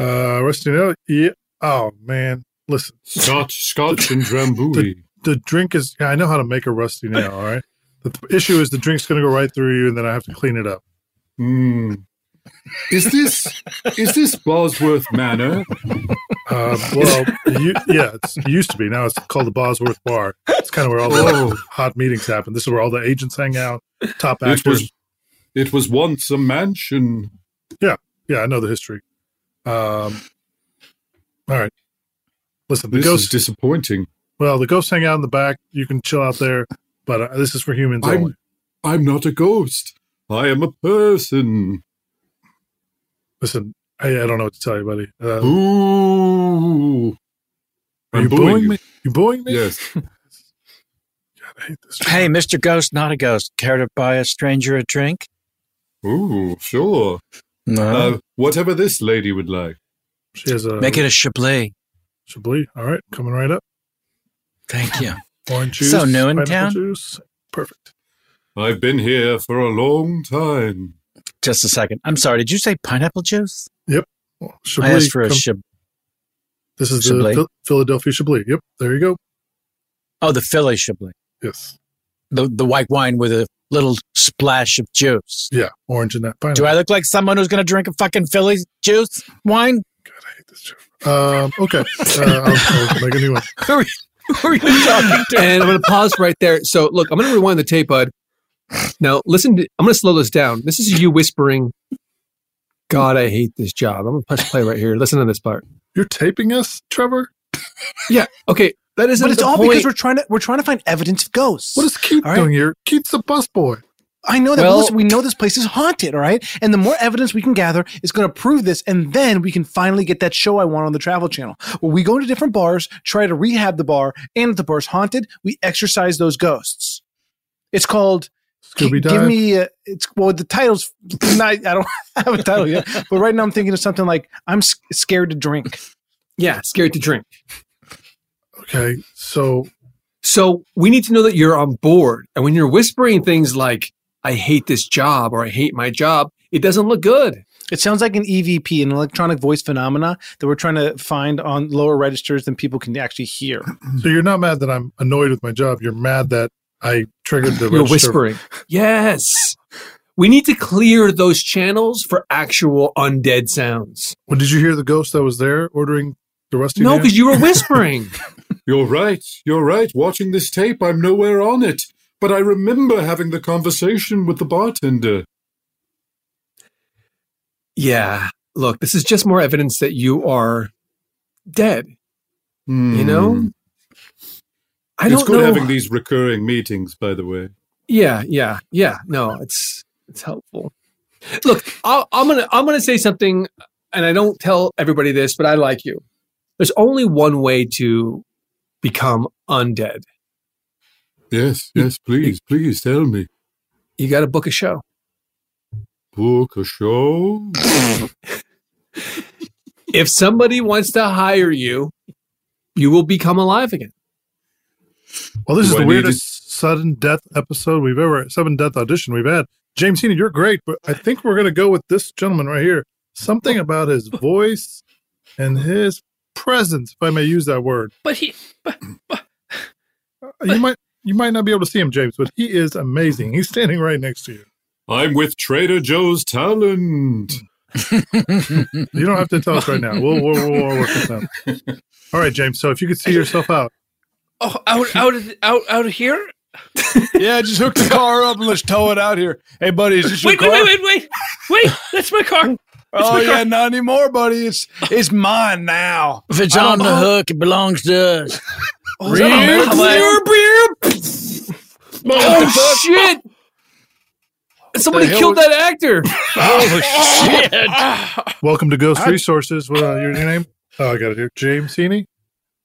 Uh, Rusty Nail. Yeah. Oh man, listen.
Scotch, Scotch, and Drambuie.
The, the drink is. I know how to make a Rusty Nail. All right. The th- issue is the drink's going to go right through you, and then I have to clean it up.
Mm. Is this is this Bosworth Manor?
Uh, well, you, yeah, it's, it used to be. Now it's called the Bosworth Bar. It's kind of where all the
Oh.
hot meetings happen. This is where all the agents hang out, top
It
actors.
was it was once a mansion.
yeah, yeah, I know the history. Um, all right, listen, the
This
ghosts.
is disappointing.
well, the ghosts hang out in the back. You can chill out there, but uh, this is for humans only.
I'm I'm not a ghost. I am a person.
Listen, I, I don't know what to tell you, buddy. Uh,
Ooh.
Are
I'm
you
booing
booing
you.
me? You booing me?
Yes.
Hey, Mr. Ghost, not a ghost. Care to buy a stranger a drink?
Ooh, sure.
No.
Uh, whatever this lady would like.
She has a
Make it a Chablis.
Chablis. All right, coming right up.
Thank you.
Orange juice.
So new in
pineapple
town?
Juice. Perfect.
I've been here for a long time.
Just a second. I'm sorry. Did you say pineapple juice?
Yep.
I asked for a
com-
Chab-
This is
Chablis.
the Phil- Philadelphia Chablis. Yep. There you go.
Oh, the Philly Chablis.
Yes.
The the white wine with a little splash of juice.
Yeah, orange in that pineapple.
Do I look like someone who's going to drink a fucking Philly juice wine?
Um, okay. Uh, I'll, I'll make a new one.
Who are you talking
to? And I'm going to pause right there. So, look, I'm going to rewind the tape, bud. Now, listen, to, I'm going to slow this down. This is you whispering, God, I hate this job. I'm going to press play right here. Listen to this part.
You're taping us, Trevor?
Yeah. Okay. That isn't
But it's
the
all because
point.
we're trying to we're trying to find evidence of ghosts.
What is Keith doing here? Keith's the busboy.
I know that. but Well- listen, we know this place is haunted. All right, and the more evidence we can gather is going to prove this, and then we can finally get that show I want on the Travel Channel, where we go to different bars, try to rehab the bar, and if the bar's haunted, we exorcise those ghosts. It's called
Scooby
Give me. Uh, it's well, the title's not. I don't have a title yet, but right now I'm thinking of something like I'm s- scared to drink.
Yeah, scared to drink.
Okay. So,
so we need to know that you're on board. And when you're whispering things like, I hate this job or I hate my job, it doesn't look good.
It sounds like an EVP, an electronic voice phenomena that we're trying to find on lower registers than people can actually hear.
So you're not mad that I'm annoyed with my job. You're mad that I triggered the.
You're
register-
whispering. Yes. We need to clear those channels for actual undead sounds.
Well, did you hear the ghost that was there ordering the rusty?
No,
man?
because you were whispering.
You're right. You're right. Watching this tape, I'm nowhere on it. But I remember having the conversation with the bartender.
yeah. Look, this is just more evidence that you are dead. You know? I
Hmm. it's
don't
good
know-
having these recurring meetings, by the way.
Yeah, yeah, yeah. No, it's it's helpful. Look, i I'm gonna I'm gonna say something, and I don't tell everybody this, but I like you. There's only one way to become undead.
Yes, yes, please, please tell me.
You got to book a show.
Book a show?
If somebody wants to hire you, you will become alive again.
Well, this
Do
is
I
the
need
weirdest sudden death episode we've ever sudden death audition we've had. James Heenan, you're great, but I think we're gonna go with this gentleman right here. Something about his voice and his presence, if I may use that word. Uh,
But he,
you might you might not be able to see him, James, but he is amazing. He's standing right next to you.
I'm with Trader Joe's talent.
You don't have to tell us right now. We'll we'll, we'll, we'll work this out. All right, James. So if you could see yourself out,
oh, out, out, of, the- out, out of here.
Yeah, just hook the car up and let's tow it out here. Hey, buddy, is this your
Wait, wait,
car?
wait, wait, wait, wait. That's my car. That's
Oh
my
yeah,
car.
not anymore, buddy. It's it's mine now.
If it's on
Um,
the hook,
it belongs to us.
Oh, is that on Beep, Hotline?
Oh shit! Somebody
The hell
killed
was-
that actor.
Ah.
Oh, shit! Welcome to Ghost
I-
Resources. What uh, your your name? Oh, I got it here. James Heaney.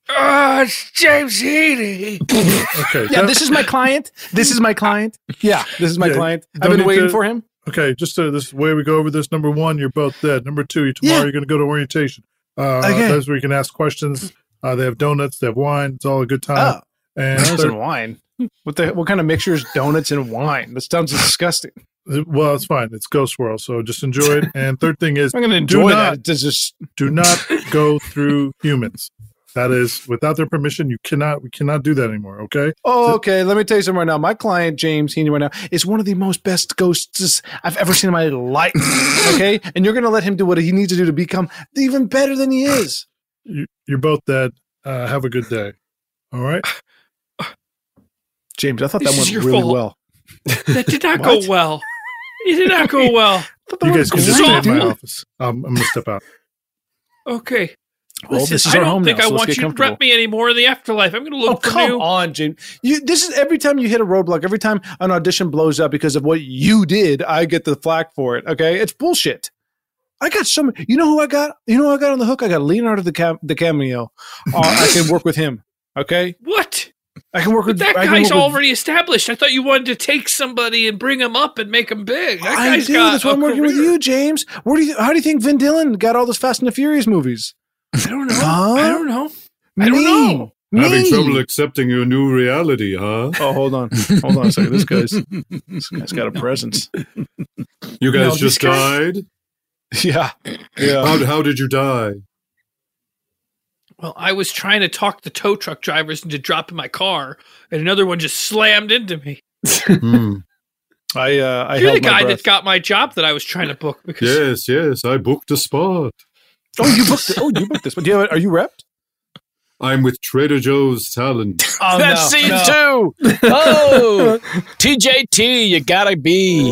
Oh, it's James Heaney.
Okay.
yeah,
that-
this is my client. This is my client. Yeah, this is my
Yeah,
client.
don't
I've been
need
waiting
to-
for him.
Okay, just so this way we go over this. Number one, you're both dead. Number two, you tomorrow
Yeah.
you're going to go to orientation. Uh,
Okay.
That's where you can ask questions. Uh, they have donuts. They have wine. It's all a good
Oh.
time. And
Donuts
third-
and wine. What the? What kind of mixture is donuts and wine? That sounds disgusting.
Uh, well, it's fine. It's Ghost World, so just enjoy it. And third thing is,
I'm gonna
do
enjoy
not-
that. It's just
do not go through humans. That is without their permission. You cannot. We cannot do that anymore. Okay.
Oh, okay. Let me tell you something right now. My client, James Heaney, right now, is one of the most best ghosts I've ever seen in my life. okay? And you're going to let him do what he needs to do to become even better than he is.
You, you're both dead. Uh, have a good day. All right.
James, I thought
This
that went
is your
really
fault.
well.
That did not go
What?
well. It did not go well.
You guys can just
So-
stay in my office. Um, I'm gonna step out.
Okay.
Well,
Listen,
this is
I
our
don't
home
think
now,
I
so let's
want
get
you to
comfortable.
rep me anymore in the afterlife. I'm going to
Oh,
look for
come
new.
on, James. You this is every time you hit a roadblock, every time an audition blows up because of what you did, I get the flack for it. Okay? It's bullshit. I got some you know who I got? You know who I got on the hook? I got Leonardo DiCap- DiCameo. Uh, I can work with him. Okay?
What?
I can work with
That
I can
guy's
work with-
already established. I thought you wanted to take somebody and bring him up and make him big. That
I
guy's
do.
got
That's why
a
I'm working with
career.
you, James. Where do you? How do you think Vin Dillon got all those Fast and the Furious movies?
I don't know.
Huh?
I don't know. I don't know.
Having
Me.
trouble accepting your new reality, huh?
Oh, hold on. Hold on a second. This guy's this guy's got a presence.
You
No,
guys
this
just
guy-
died?
Yeah.
Yeah. How, how did you die?
Well, I was trying to talk the tow truck drivers into dropping my car, and another one just slammed into me.
Hmm.
I uh, I
You're the
held my
guy
breath.
that got my job that I was trying to book.
Yes,
Because
yes, I booked a spot.
Oh, you booked. oh, you booked this. But do you have, are you repped?
I'm with Trader Joe's talent.
Oh,
That's
no,
scene
no.
two. Oh, TJT, you gotta be.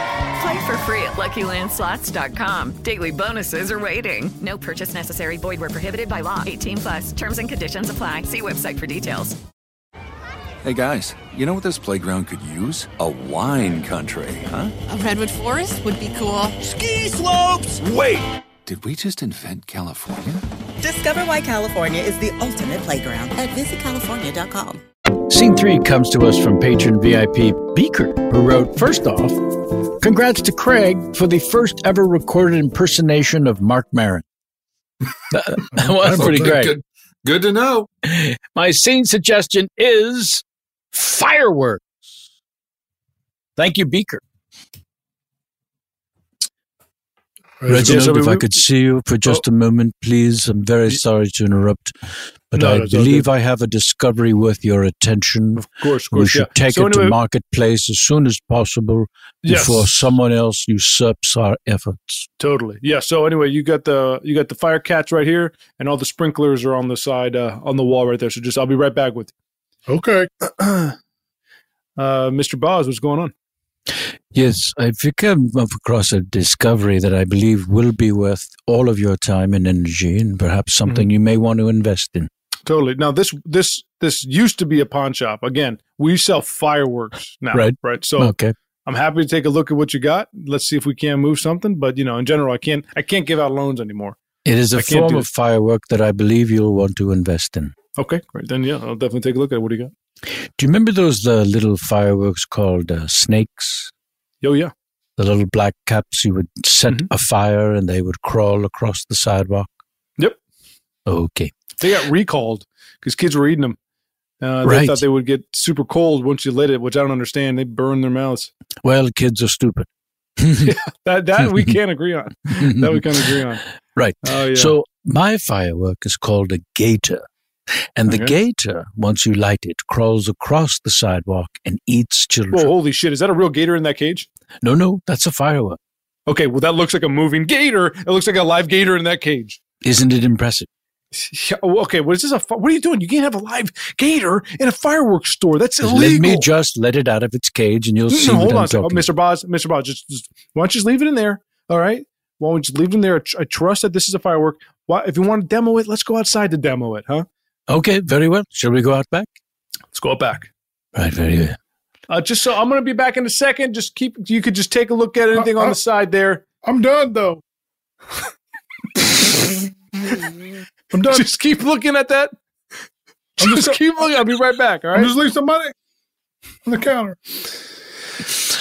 Play for free at LuckyLandSlots.com. Daily bonuses are waiting. No purchase necessary. Void where prohibited by law. 18 plus terms and conditions apply. See website for details.
Hey guys, you know what this playground could use? A wine country, huh?
A redwood forest would be cool. Ski
slopes! Wait! Did we just invent California?
Discover why California is the ultimate playground at visitcalifornia.com.
Scene three comes to us from patron VIP Beaker, who wrote First off, congrats to Craig for the first ever recorded impersonation of Mark Maron. That, that was
Okay,
pretty great.
good- good to know.
My scene suggestion is fireworks. Thank you, Beaker. Reginald, if I could see you for just
Oh.
a moment, please. I'm very sorry to interrupt, but
No,
I
no, it's all
believe I have a discovery worth your attention. Of
course, of
we
course,
should
yeah.
take
So
it to
anyway-
marketplace as soon as possible
Yes.
before someone else usurps our efforts.
Totally. Yeah. So anyway, you got the you got the fire cats right here, and all the sprinklers are on the side uh, on the wall right there. So just I'll be right back with
you. Okay.
uh, Mr. Boz, what's going on?
Yes, I think I've come across a discovery that I believe will be worth all of your time and energy, and perhaps
Mm-hmm.
something you may want to invest in.
Totally. Now this this this used to be a pawn shop. Again, we sell fireworks now.
Right.
Right. So
Okay.
I'm happy to take a look at what you got. Let's see if we can move something. But you know, in general, I can't I can't give out loans anymore.
It is a
I can't
form
do
of
it.
firework that I believe you'll want to invest in.
Okay, great. Then yeah, I'll definitely take a look at it. What do you got?
Do you remember those uh, little fireworks called uh, snakes?
Oh yeah.
The little black caps you would set
Mm-hmm.
afire and they would crawl across the sidewalk?
Yep.
Okay.
They got recalled because kids were eating them. Uh, They
Right.
thought they would get super cold once you lit it, which I don't understand. They burn their mouths.
Well, kids are stupid.
That that we can't agree on. That we can't agree on.
Right.
Oh, yeah.
So my firework is called a gator. And the
Okay.
gator, once you light it, crawls across the sidewalk and eats children.
Whoa, holy shit! Is that a real gator in that cage?
No, no, that's a firework.
Okay, well that looks like a moving gator. It looks like a live gator in that cage.
Isn't it impressive?
Yeah, oh, okay, what is this? A fi- what are you doing? You can't have a live gator in a fireworks store. That's illegal.
Let me just let it out of its cage and you'll
No,
see
no,
what
hold
I'm
on, a
talking
second. Oh, Mr. Boz, Mr. Boz, just, just why don't you just leave it in there? All right, why don't you just leave it in there? I tr- I trust that this is a firework. Why, if you want to demo it, let's go outside to demo it, huh?
Okay, very well. Shall we go out back?
Let's go out back.
Right, very well.
Uh, just so I'm going to be back in a second. Just keep. You could just take a look at anything on the side there.
I'm done though.
I'm done. Just keep looking at that. Just keep looking. I'll be right back. All right.
Just leave some money on the counter.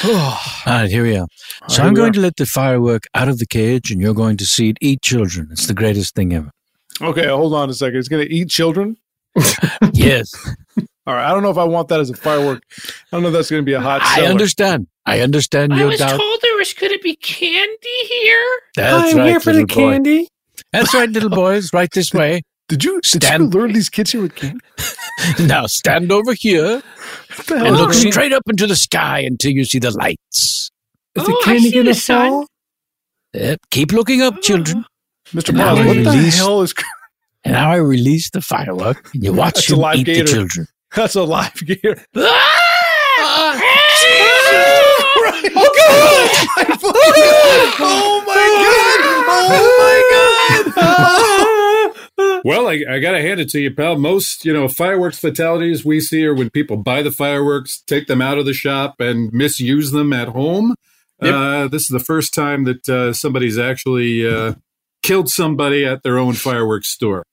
All right, here we are. So
right,
I'm
we
going
are.
to let the firework out of the cage and you're going to see it eat children. It's the greatest thing ever.
Okay, hold on a second. It's going to eat children.
yes.
All right. I don't know if I want that as a firework. I don't know if that's going to be a hot.
I
seller.
understand. I understand
I
your
was
doubt.
told-
there was going to be candy here.
That's
I'm
right,
here for
little
the
boy.
candy.
That's right, little boys. Right this way.
Did you,
stand,
learn these kids here with candy?
now stand over here
the
and
hell?
look
Okay.
straight up into the sky until you see the lights.
Is
Oh,
the candy going to fall?
Yep, keep looking up, children.
Mr.
Now
Miles,
I
what the
release-
hell is?
And now I release the firework, and you watch
That's a
him
live
eat
gator.
the children.
That's a live gator.
Ah.
Ah.
Jesus! Oh god! Oh my god! Oh my god!
Well, I, I got to hand it to you, pal. Most, you know, fireworks fatalities we see are when people buy the fireworks, take them out of the shop, and misuse them at home.
Yep.
Uh, this is the first time that uh, somebody's actually uh, killed somebody at their own fireworks store.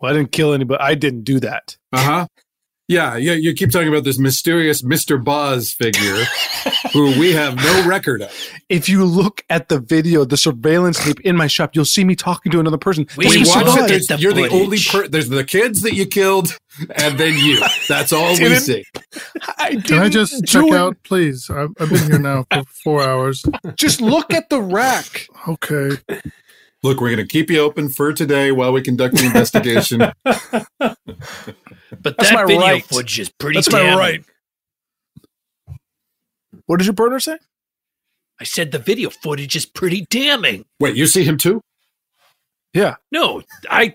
Well, I didn't kill anybody. I didn't do that.
Uh huh. Yeah, yeah. You keep talking about this mysterious Mr. Boz figure who we have no record of.
If you look at the video, the surveillance tape in my shop, you'll see me talking to another person.
We
That's
watched
Mr.
it.
Boz.
There's- you're the only per- there's the kids that you killed, and then you. That's all we
Didn't-
see.
Can I
didn't
just
do
check
it.
out, please? I've, I've been here now for four hours.
Just look at the rack.
Okay.
Look, we're going to keep you open for today while we conduct the investigation.
But
That's
that
my
video
right.
footage is pretty
That's my
damn.
right. What did your partner say?
I said the video footage is pretty damning.
Wait, you see him too?
Yeah.
No, I.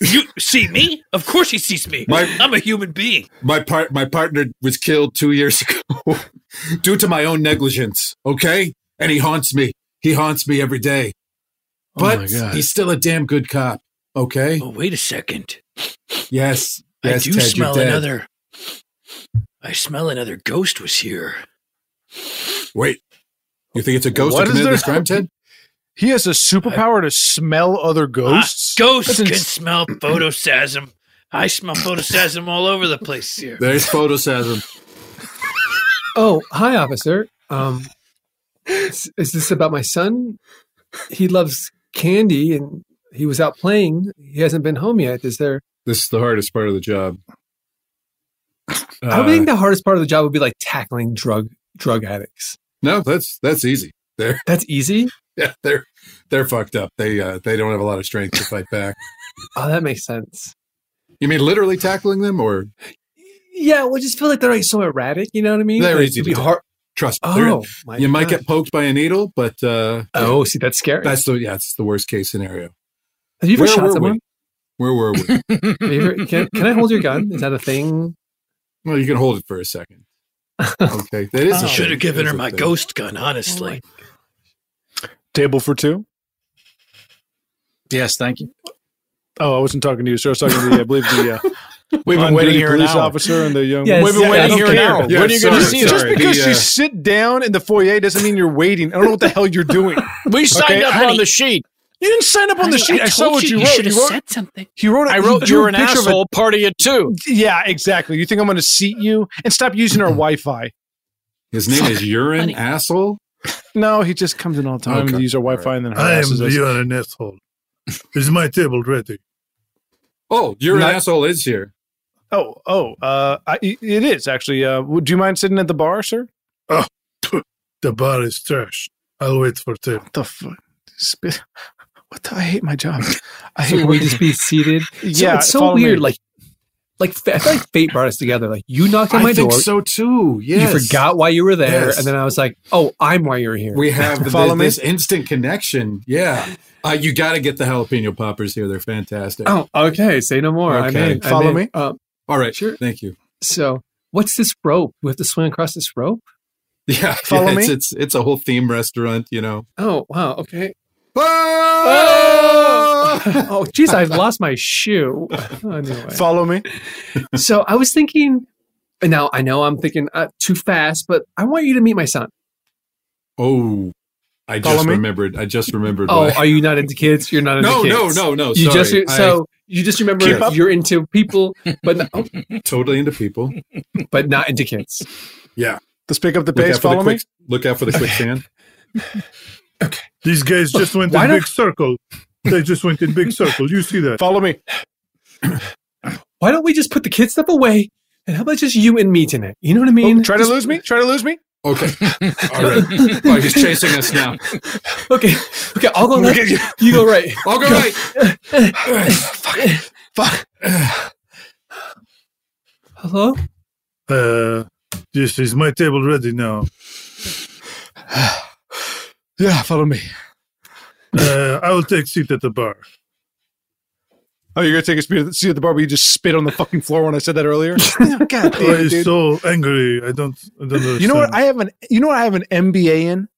you see me? Of course he sees me.
My-
I'm a human being.
My part, my partner was killed two years ago due to my own negligence. Okay, and he haunts me. He haunts me every day.
Oh my
But
God.
he's still a damn good cop. Okay.
Oh, wait a second.
Yes. yes,
I do
Ted, you're
smell
dead.
another. I smell another ghost was here.
Wait. You think it's a ghost
What
that
is
committed
there-
this crime, Ted?
He has a superpower to smell other ghosts.
Ah, ghosts
That's ins-
can smell photosasm. I smell photosasm all over the place here.
There's photosasm.
Oh, hi, officer. Um, is, is this about my son? He loves candy, and he was out playing. He hasn't been home yet. Is there?
This is the hardest part of the job.
I would think
Uh,
the hardest part of the job would be like tackling drug drug addicts.
No, that's that's easy. They're
that's easy.
Yeah, they're they're fucked up. They uh, they don't have a lot of strength to fight back.
Oh, that makes sense.
You mean literally tackling them, or
Yeah, well, I just feel like they're like so erratic. You know what I mean?
they're
Like,
easy
it'd
to
be
ta-
hard.
Trust me.
Oh,
They're-
my
you might
God.
get poked by a needle, but uh,
oh, see, that's scary.
That's the yeah, it's the worst case scenario.
Have you ever
Where
shot
were
someone?
We? Where were we?
Have you ever- can, can I hold your gun? Is that a thing?
well, you can hold it for a second. Okay, that is.
I
a
should
thing.
have Ah. given
That is
her
a
my
thing.
ghost gun, honestly.
Table for two.
Yes, thank you.
Oh, I wasn't talking to you, sir. I was talking to the, I believe the. Uh,
We've been
on-duty
waiting here an
police
hour.
officer and the young.
Yes,
We've been
yeah, I
waiting
don't
here an
care.
hour.
Yeah,
when are you going
sorry,
to see us? Just
sorry.
because
The,
you
uh,
sit down in the foyer doesn't mean you're waiting. I don't know what the hell you're doing.
We signed
Okay,
up
honey.
on the sheet.
You didn't sign up on the
I-
sheet.
I
I, saw
told
what
you,
you,
you
wrote.
should have
wrote-
said something.
He wrote.
I wrote,
he
"You're
drew a
an
picture of a-
asshole,
party at two.
Yeah, exactly. You think I'm going to seat you and stop using
Mm.
our Wi-Fi?
His name is Urine Asshole.
No, he just comes in all the time
Okay.
to use our Wi-Fi and then
I am
harasses us.
you are an asshole. Is my table ready?
Oh, Urine
Not-
Asshole is here.
Oh, oh, uh, I, it is actually. Uh, would- do you mind sitting at the bar, sir?
Oh, the bar is trash. I'll wait for table.
What the fuck? What the, I hate my job. I
So
hate
can we just be seated.
Yeah,
so it's so
follow me.
weird. Like, like fa- I feel like fate brought us together. Like you knocked on
I
my
think
door.
so too.
You
Yes.
forgot why you were there,
Yes.
and then I was like, "Oh, I'm why you're here."
We have the,
follow me.
this instant connection. Yeah. Uh, you got to get the jalapeno poppers here. They're fantastic.
Oh, okay. Say no more. I
Okay.
mean,
Follow
I
me?
Um,
All right. Sure. Thank you.
so, what's this rope? We have to swing across this rope.
Yeah.
Follow
yeah, it's,
me?
It's, it's a whole theme restaurant, you know.
Oh wow. Okay. Oh, oh geez, I've lost my shoe. Oh, anyway.
Follow me.
So I was thinking. and Now I know I'm thinking uh, too fast, but I want you to meet my son.
Oh, I
Follow
just
me?
remembered. I just remembered.
Oh,
why.
are you not into kids? You're not into
No, no,
kids.
no, no,
You
sorry.
just so you just
Keep
remember
up.
you're into people, but not, oh,
totally into people.
but not into kids.
Yeah.
Let's pick up the
Look
pace.
out, for the
Follow me.
quick, look out for the quicksand.
These guys just went
why
in
don't-
big circle. They just went in big circle. You see that?
Follow me.
Why don't we just put the kid stuff away? And how about just you and me tonight? You know what I mean?
Oh, Try to lose me. Try to lose me.
Okay. All right. Oh, he's chasing us now.
Okay. Okay. I'll go
Look
left.
at you.
You. go right.
I'll go right.
Fuck. Hello?
Uh, this is my table ready now.
yeah, follow me.
Uh, I will take seat at the bar.
Oh, you're gonna take a speed at the, seat at the bar, but you just spit on the fucking floor when I said that earlier. God damn,
I am
dude.
so angry. I don't. I don't
You know
understand.
what? I have an. You know what? I have an MBA in.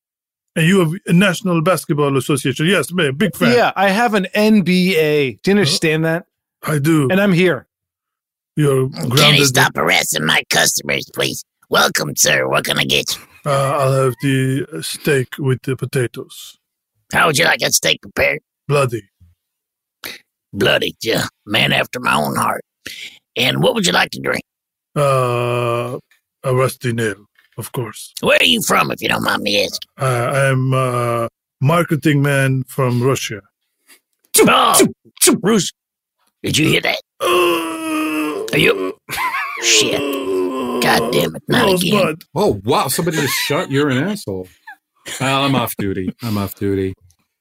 and you have a National Basketball Association. Yes, man, big fan.
Yeah, I have an NBA. Do you understand that?
I do.
And I'm here.
You're
Can you
grounded.
stop harassing my customers, please? Welcome, sir. What can I get?
Uh, I'll have the uh, steak with the potatoes.
How would you like a steak prepared?
Bloody.
Bloody, yeah. Man after my own heart. And what would you like to drink?
Uh, a rusty nail, of course.
Where are you from, if you don't mind me asking?
Uh, I'm a marketing man from Russia.
Oh, Bruce. Did you hear that? Are you? Shit. God damn it. Not again.
Oh, wow. Somebody just shot. You're an asshole. Well, I'm off duty. I'm off duty.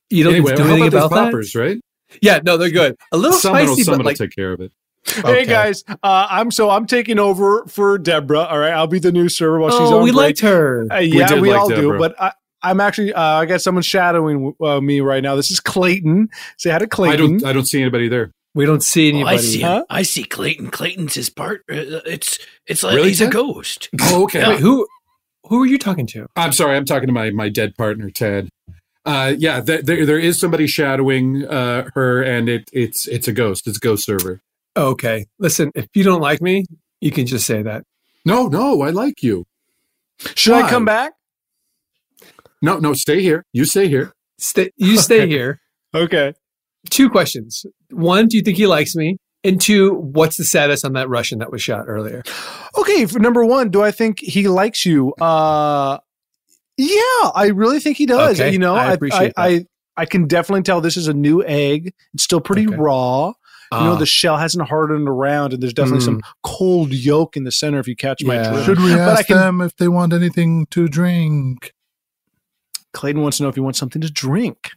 You don't do
how
anything
these
about that?
poppers, right?
Yeah, no, they're good. A little
someone
spicy,
will, someone
but
will
like
take care of it.
Hey guys, uh, I'm so I'm taking over for Deborah. All right, I'll be the new server while she's
Oh,
on.
we
break.
liked her.
Uh,
We
yeah, we,
did like
all do.
Deborah.
But I, I'm actually uh, I got someone shadowing uh, me right now. This is Clayton. Say hi to Clayton.
I don't. I don't see anybody there.
Hmm? we don't see
Oh,
anybody.
I see. him.
Huh?
I see Clayton. Clayton's his part. uh, It's it's like
Really,
he's a
Ted?
ghost.
Oh, okay.
Wait,
who who are you talking to?
I'm sorry. I'm talking to my my dead partner, Ted. Uh, yeah, th- there there is somebody shadowing uh, her, and it it's it's a ghost. It's a ghost server.
Okay. Listen, if you don't like me, you can just say that.
No, no, I like you.
Should
Why?
I come back?
No, no, stay here. You stay here.
Stay, you stay here.
Okay.
Two questions. One, do you think he likes me? And two, what's the status on that Russian that was shot earlier?
Okay, for number one, do I think he likes you? Uh, yeah, I really think he does.
Okay,
You know,
I
I
appreciate
I, I I can definitely tell this is a new egg. It's still pretty raw. you know,
Ah. Mm.
the shell hasn't hardened around, and there's definitely some cold yolk in the center. If you catch my drift,
Should we
But I
ask
can-
them if they want anything to drink?
Clayton wants to know if you want something to drink.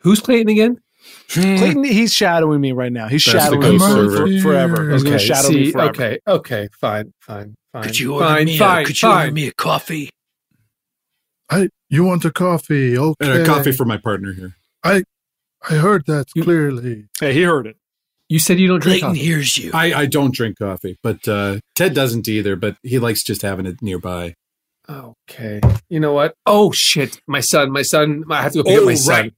Who's Clayton again?
Clayton, he's shadowing me right now. He's
That's the
shadowing me
ghost
for,
server.
for- forever. He's going to
Okay,
shadow
see,
me forever.
okay, okay, fine, fine, fine.
Could you order
fine,
me?
fine,
a, could you
fine.
order me a coffee?
I. You want a coffee? Okay.
And a coffee for my partner here.
I. I heard that clearly.
Hey, he heard it.
You said you don't drink
Clayton
coffee.
hears you.
I, I don't drink coffee, but uh, Ted doesn't either. But he likes just having it nearby.
Okay. You know what? Oh shit, my son, my son. I have to go
Oh,
pick up my son.
right,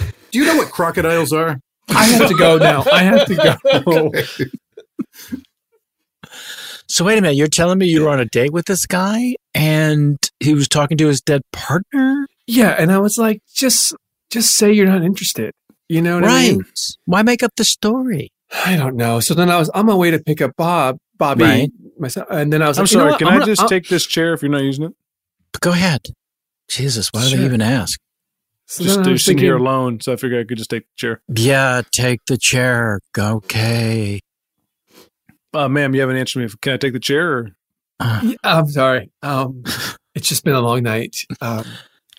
right. Do you know what crocodiles are?
I have to go now. I have to go.
So wait a minute. You're telling me you were on a date with this guy, and he was talking to his dead partner.
Yeah, and I was like, just just say you're not interested. You know what I mean?
Why make up the story?
I don't know. So then I was on my way to pick up Bob, Bobby,
Right.
myself, and then I was.
I'm
like, you know
sorry.
what?
Can
I'm
I
gonna-
just
I'll-
take this chair if you're not using it?
Go ahead. Jesus, why do
Sure.
they even ask?
Just
then I
uh,
was
sitting here
thinking-
alone, so I figured I could just take the chair.
Yeah, take the chair. Okay.
Uh, ma'am, you haven't answered me. Can I take the chair? Or?
Yeah, I'm sorry. Um, it's just been a long night. Um,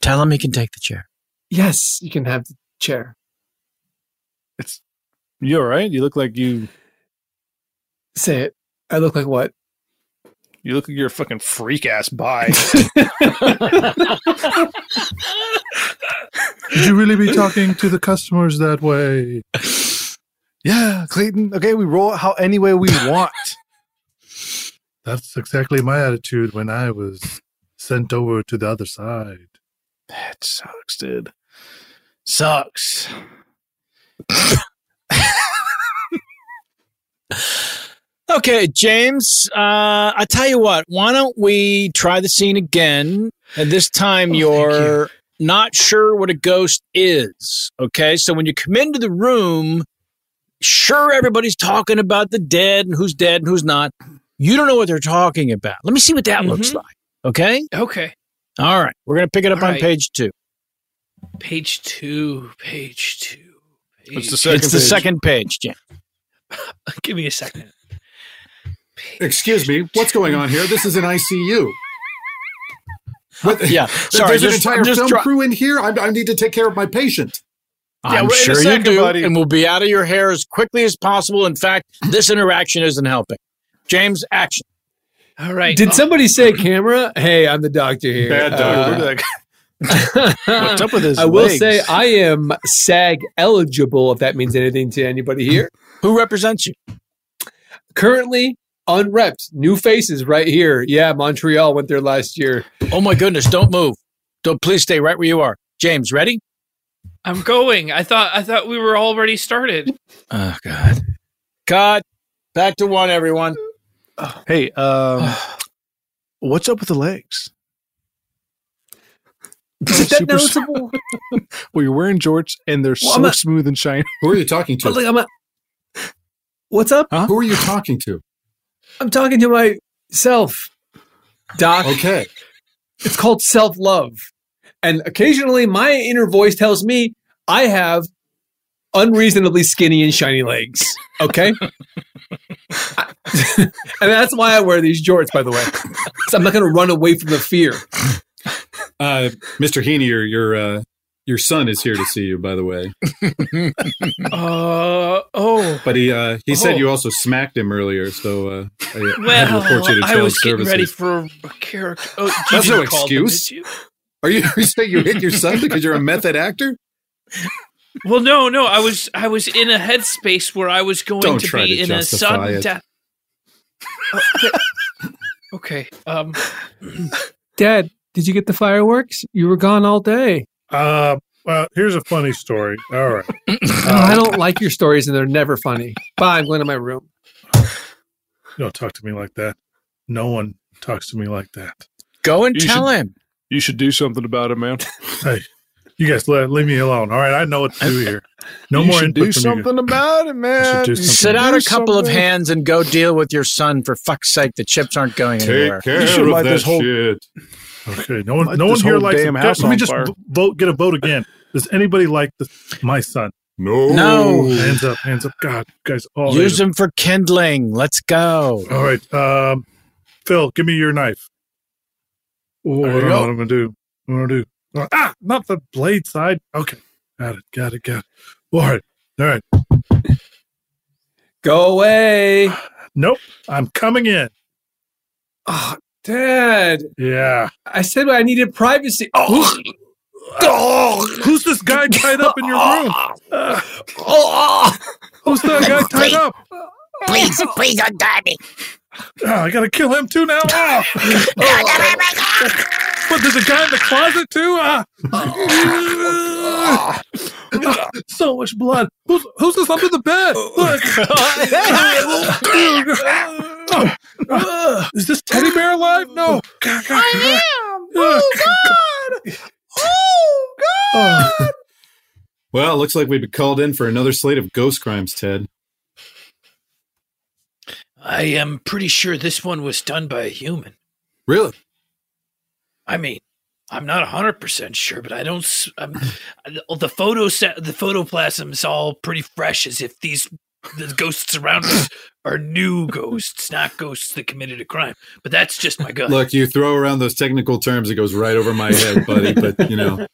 Tell him he can take the chair.
Yes, you can have the chair.
You all right? You look like you.
Say it. I look like what?
You look like you're a fucking freak ass. Bye.
Should you really be talking to the customers that way?
yeah, Clayton. Okay, we roll it how any way we want.
That's exactly my attitude when I was sent over to the other side.
That sucks, dude. Sucks.
Okay, James, uh, I tell you what, why don't we try the scene again? And this
Oh,
time you're not sure what a ghost is. Okay, so when you come into the room, sure, everybody's talking about the dead and who's dead and who's not. You don't know what they're talking about. Let me see what that looks
Mhm.
like. Okay?
Okay.
All right, we're going to pick it up
All
on
right.
page two.
Page two. Page two. Page
It's the second page, James.
Give me a second.
Excuse me, what's going on here? This is an ICU. What-
Yeah, sorry,
there's an
just-
entire
I'm just
film
try-
crew in here. I, I need to take care of my patient.
I'm sure you do, and we'll be out of your hair as quickly as possible. In fact, this interaction isn't helping. James, action.
All right. Oh.
Did somebody say camera? Hey, I'm the doctor here.
oh. Bad doctor.
Uh,
What's up with his
I will
legs?
say I am SAG eligible if that means anything to anybody here.
Who represents you?
Currently unrepped, new faces right here. Yeah, Montreal went there last year.
Oh my goodness, don't move. Don't please stay right where you are. James, ready?
I'm going. I thought I thought we were already started.
Oh God. Cut. Back to one, everyone.
Hey, um, what's up with the legs?
Is that
Super-
noticeable?
Well, you're wearing jorts and they're
Well,
so
I'm not-
smooth and shiny. Who are you talking
But, like, I'm not- What's up?
Who are you talking to?
I'm talking to myself, Doc.
Okay.
It's called self love. And occasionally my inner voice tells me I have unreasonably skinny and shiny legs. Okay. I- and that's why I wear these jorts, by the way. So I'm not going to run away from the fear.
Uh, Mr. Heaney, your your uh, your son is here to see you, by the way.
Uh oh.
But he uh, he said
Oh.
you also smacked him earlier, so uh, I, I had to
Well,
report you to
I
child
was getting
services.
ready for a character. Oh, you
That's no
didn't call them,
excuse.
did you?
Are you, are you saying you hit your son because you're a method actor?
Well, no, no. I was I was in a headspace where I was going
Don't
to
try
be
to
in a
justify
sudden
it.
death. Okay. Um.
Dad, did you get the fireworks? You were gone all day.
Uh, well, here's a funny story. All right.
I don't like your stories and they're never funny. Bye. I'm going to my room.
You don't talk to me like that. No one talks to me like that.
Go and
tell
him.
You should do something about it, man.
Hey, you guys, let, leave me alone. All right. I know what to do here. No
You
more
should
input
do
from you.
something
about it, man.
do something.
Uh, Sit out
Do
a couple of
something.
hands and go deal with your son. For fuck's sake, the chips aren't going
Take
anywhere.
care You should of light that this whole- shit.
Okay, no one,
Light
no one
this
here
whole
likes
damn
him.
house
Let me
on
just
fire.
v- vote. Get a vote again. Does anybody like the, my son?
No.
No.
Hands up. Hands up. God, you guys,
Oh,
all hate
Use
him.
them for kindling. Let's go.
All right, um, Phil, give me your knife. Oh, I
you
don't know
go.
what I'm gonna do. What I'm gonna do? Uh, Ah, not the blade side. Okay, got it. Got it. Got it. All right. All right.
Go away.
Nope. I'm coming in.
Oh, Dad.
Yeah.
I said I needed privacy. Oh,
Oh, who's this guy tied up in your room? Uh,
Ah!
who's that guy tied up?
Please, please don't die me.
Ah, I gotta kill him too now. Ah. But there's a guy in the closet too. Ah. so much blood. Oh, Who's, who's this under the bed? Look. Is this teddy bear alive? No. Oh, God, God, God.
I am. Oh God. Oh God.
Oh.
Well, it looks like we've been called in for another slate of ghost crimes, Ted.
I am pretty sure this one was done by a human.
Really?
I mean, I'm not 100% sure, but I don't s- I'm, the photo set, the photoplasm is all pretty fresh as if these the ghosts around us are new ghosts, not ghosts that committed a crime. But that's just my gut.
Look, you throw around those technical terms, it goes right over my head, buddy. But you know,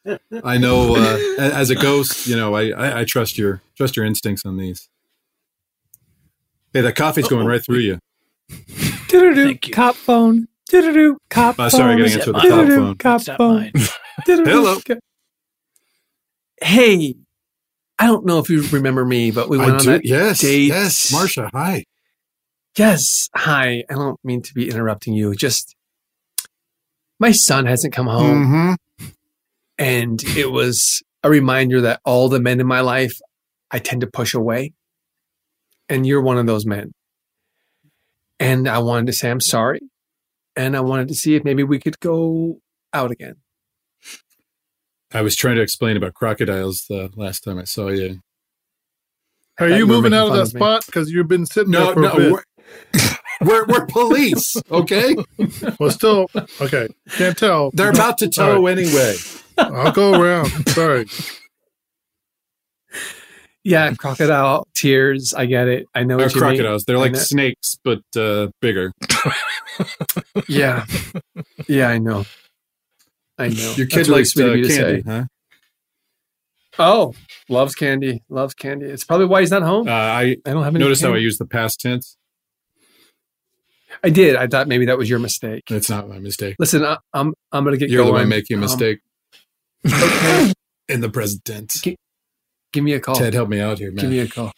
I know uh, a- as a ghost, you know, I, I, I trust your trust your instincts on these. Hey, that coffee's
Oh.
going right through you.
Do cop phone. Do cop
Uh, sorry, I gotta answer the cop
Doo-doo-doo,
phone.
Cop
It's not
phone.
Hello.
Hey, I don't know if you remember me, but we
I
went on
do-
that
yes,
date.
yes, Marsha, hi.
Yes, hi. I don't mean to be interrupting you. Just my son hasn't come home,
Mm-hmm.
and it was a reminder that all the men in my life I tend to push away, and you're one of those men. And I wanted to say I'm sorry, and I wanted to see if maybe we could go out again.
I was trying to explain about crocodiles the last time I saw you.
Are
That
you
you're
moving
making
out of
fun
that
of me.
spot because you've been sitting
No,
there for
no,
a bit?
we're- We're we're police, okay?
well, still okay. Can't tell.
They're about to
All
tow anyway.
I'll go around. Sorry.
Yeah, crocodile tears. I get it. I know
They're
what you mean.
crocodiles. They're
I
like
know-
snakes, but uh, bigger.
yeah, yeah. I know. I know.
Your
That's
kid
really
likes
sweet of
uh,
you to
candy,
say.
huh?
Oh, loves candy. Loves candy. It's probably why he's not home.
Uh, I
I don't have any.
notice how I
candy.
use the past tense.
I did. I thought maybe that was your mistake.
It's not my mistake.
Listen, I, I'm I'm gonna get
You're the
going.
one making a
Um,
mistake. In the present tense.
give me a call.
Ted, help me out here, man.
Give me a call.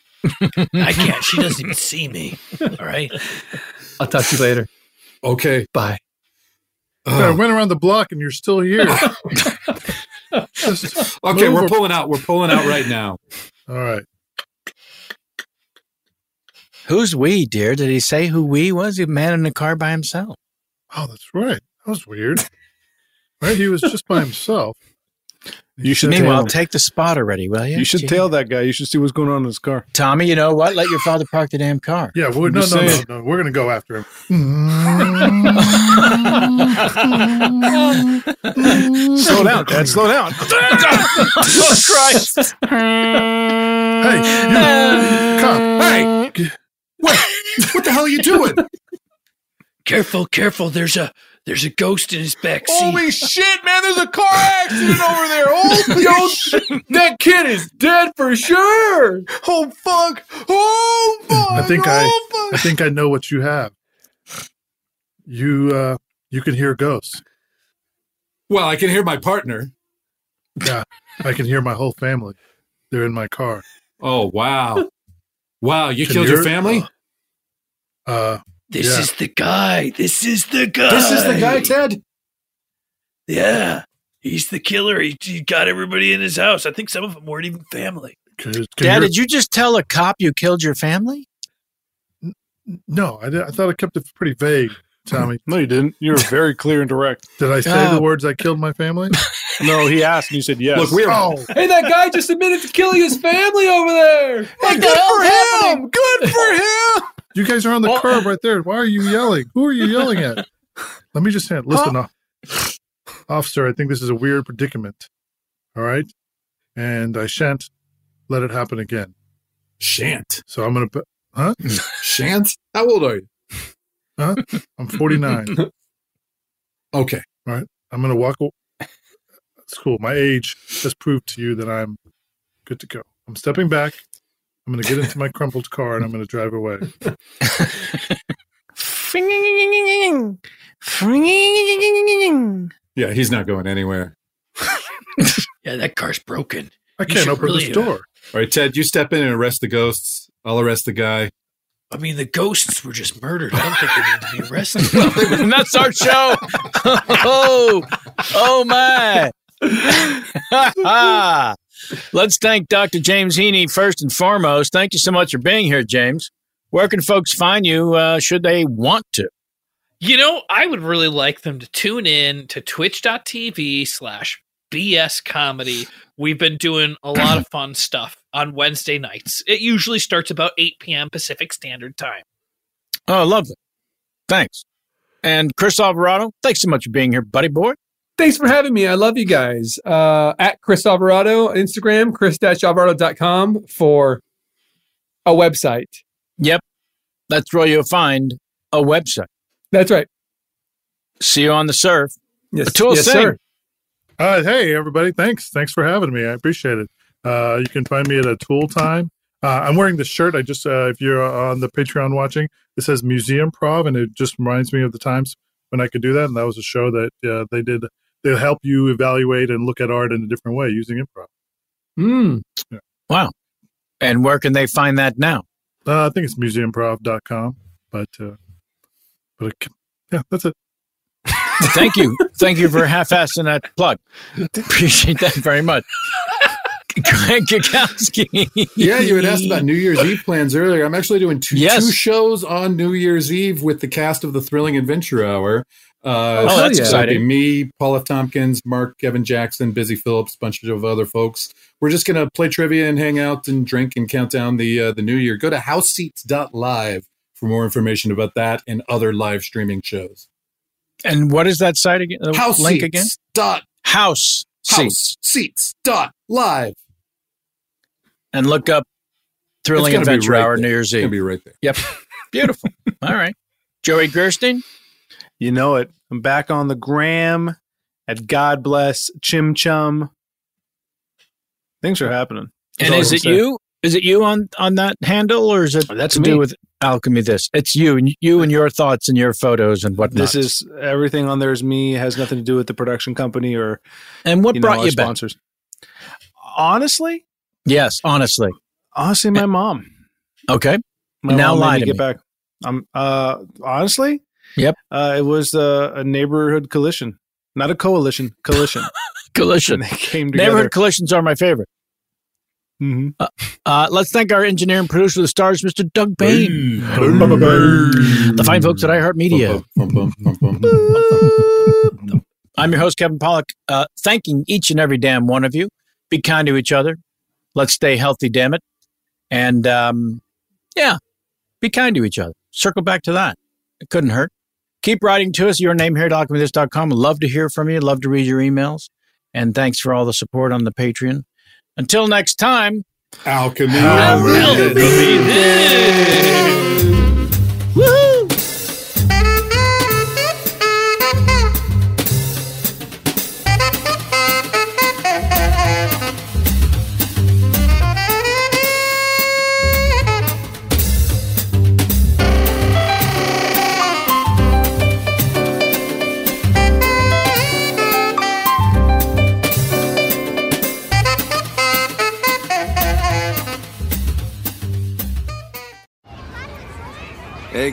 I can't. She doesn't even see me. All right.
I'll talk to you later.
Okay.
Bye.
I went around the block and you're still here. Just
Okay,
move
we're
a-
pulling out. We're pulling out right now.
All right.
Who's we, dear? Did he say who we was? The man in the car by himself.
Oh, that's right. That was weird. Right? He was just by himself.
You
should
Meanwhile,
tell him.
take the spot already, will you?
You should
Gee.
tell that guy. You should see what's going on in his car.
Tommy. You know what? Let your father park the damn car.
Yeah, we're,
I'm
no,
just
no, no,
saying.
no. We're gonna go after him.
slow down, Dad. Slow down.
oh, Christ.
Hey, you come. Hey,
what? What the hell are you doing?
Careful, careful. There's a there's a ghost in his back
Oh,
seat.
Holy shit, man! There's a car accident over there.
Oh,
Holy yo, that kid is dead for sure. Oh fuck! Oh fuck!
I think I, I think I know what you have. You, uh, you can hear ghosts.
Well, I can hear my partner.
Yeah, I can hear my whole family. They're in my car.
Oh wow, wow! You
Can
killed
you-
your family.
Uh,
This
yeah.
is the guy. This is the guy.
This is the guy, Ted.
Yeah. He's the killer. He, he got everybody in his house. I think some of them weren't even family.
Can- can
Dad,
hear-
did you just tell a cop you killed your family?
No, I, di- I thought I kept it pretty vague, Tommy.
No, you didn't. You were very clear and direct.
Did I say the words I killed my family?
No, he asked, and you said yes.
Look, we are- Oh.
Hey, that guy just admitted to killing his family over there. Like
good for him. Good for him.
You guys are on the curb right there. Why are you yelling? Who are you yelling at? Let me just hand, listen, uh, officer. I think this is a weird predicament. All right, and I shan't let it happen again.
Shan't.
So I'm gonna, put, huh?
Shan't. How old are you?
Huh? I'm 49. All
Okay.
right, I'm gonna walk. aw- It's cool. My age has proved to you that I'm good to go. I'm stepping back. I'm gonna get into my crumpled car and I'm gonna drive away.
Yeah, he's not going anywhere.
Yeah, that car's broken.
I
You
can't
should
open
really,
this
uh,
door.
All right, Ted, you step in and arrest the ghosts. I'll arrest the guy.
I mean, the ghosts were just murdered. I don't think they need to be arrested.
and that's our show. oh, oh my. Let's thank Dr. James Heaney first and foremost. Thank you so much for being here, James. Where can folks find you uh, should they want to?
You know, I would really like them to tune in to twitch.tv slash BS comedy. We've been doing a lot of fun stuff on Wednesday nights. It usually starts about 8 p.m. Pacific Standard Time.
Oh, lovely. Thanks. And Chris Alvarado, thanks so much for being here, buddy boy.
Thanks for having me. I love you guys. Uh, at Chris Alvarado on Instagram, chris-alvarado.com for a website.
Yep. That's where you'll find a website.
That's right.
See you on the surf.
Yes,
Atul Singh.
Uh, hey, everybody. Thanks. Thanks for having me. I appreciate it. Uh, you can find me at a tool time. Uh, I'm wearing the shirt. I just, uh, if you're on the Patreon watching, it says Museum Prov, and it just reminds me of the times when I could do that. And that was a show that uh, they did. They help you evaluate and look at art in a different way using improv.
Mm. Wow. And where can they find that now?
Uh, I think it's museumprov.com. But, uh, but it, yeah, that's it.
Thank you. Thank you for half-assing that plug. Appreciate that very much. Greg Gagowski.
Yeah, you had asked about New Year's Eve plans earlier. I'm actually doing two,
Yes.
two shows on New Year's Eve with the cast of the Thrilling Adventure Hour. Uh,
Oh,
so
that's
it'll be
exciting.
Me, Paul F. Tompkins, Mark, Kevin Jackson, Busy Phillips, bunch of other folks. We're just gonna play trivia and hang out and drink and count down the uh, the New Year. Go to houseseats.live for more information about that and other live streaming shows.
And what is that site again? The
House
Uh, link
seats
again?
Dot
House
house
seats.
seats dot live.
And look up Thrilling
It's gonna be
Adventure
right
Hour
there.
New Year's Eve.
It's gonna be right there.
Yep. Beautiful. All right. Joey Gerstein.
You know it. I'm back on the gram at God Bless Chim Chum. Things are happening. That's
And
all
is
I'm
it
saying.
you? Is it you on on that handle, or is it
That's
to
me.
do with alchemy? This it's you and you and your thoughts and your photos and whatnot.
This is everything on there is me. It has nothing to do with the production company or
and what brought you back?
sponsors. Honestly,
yes, honestly,
honestly, my mom.
okay.
My
now
mom made
lie
me
to
get
me.
back. I'm uh, honestly.
Yep.
Uh, it was uh, a neighborhood collision, not a coalition. Collision.
Collision.
And they came together.
Neighborhood collisions are my favorite. Uh, uh, let's thank our engineer and producer of the stars, Mr. Doug Bain. The fine folks at iHeartMedia. I'm your host, Kevin Pollock, uh, thanking each and every damn one of you. Be kind to each other. Let's stay healthy, damn it. And um, yeah, be kind to each other. Circle back to that. It couldn't hurt. Keep writing to us, your name here at alchemythis.com. Love to hear from you. Love to read your emails. And thanks for all the support on the Patreon. Until next time,
alchemy.
Hey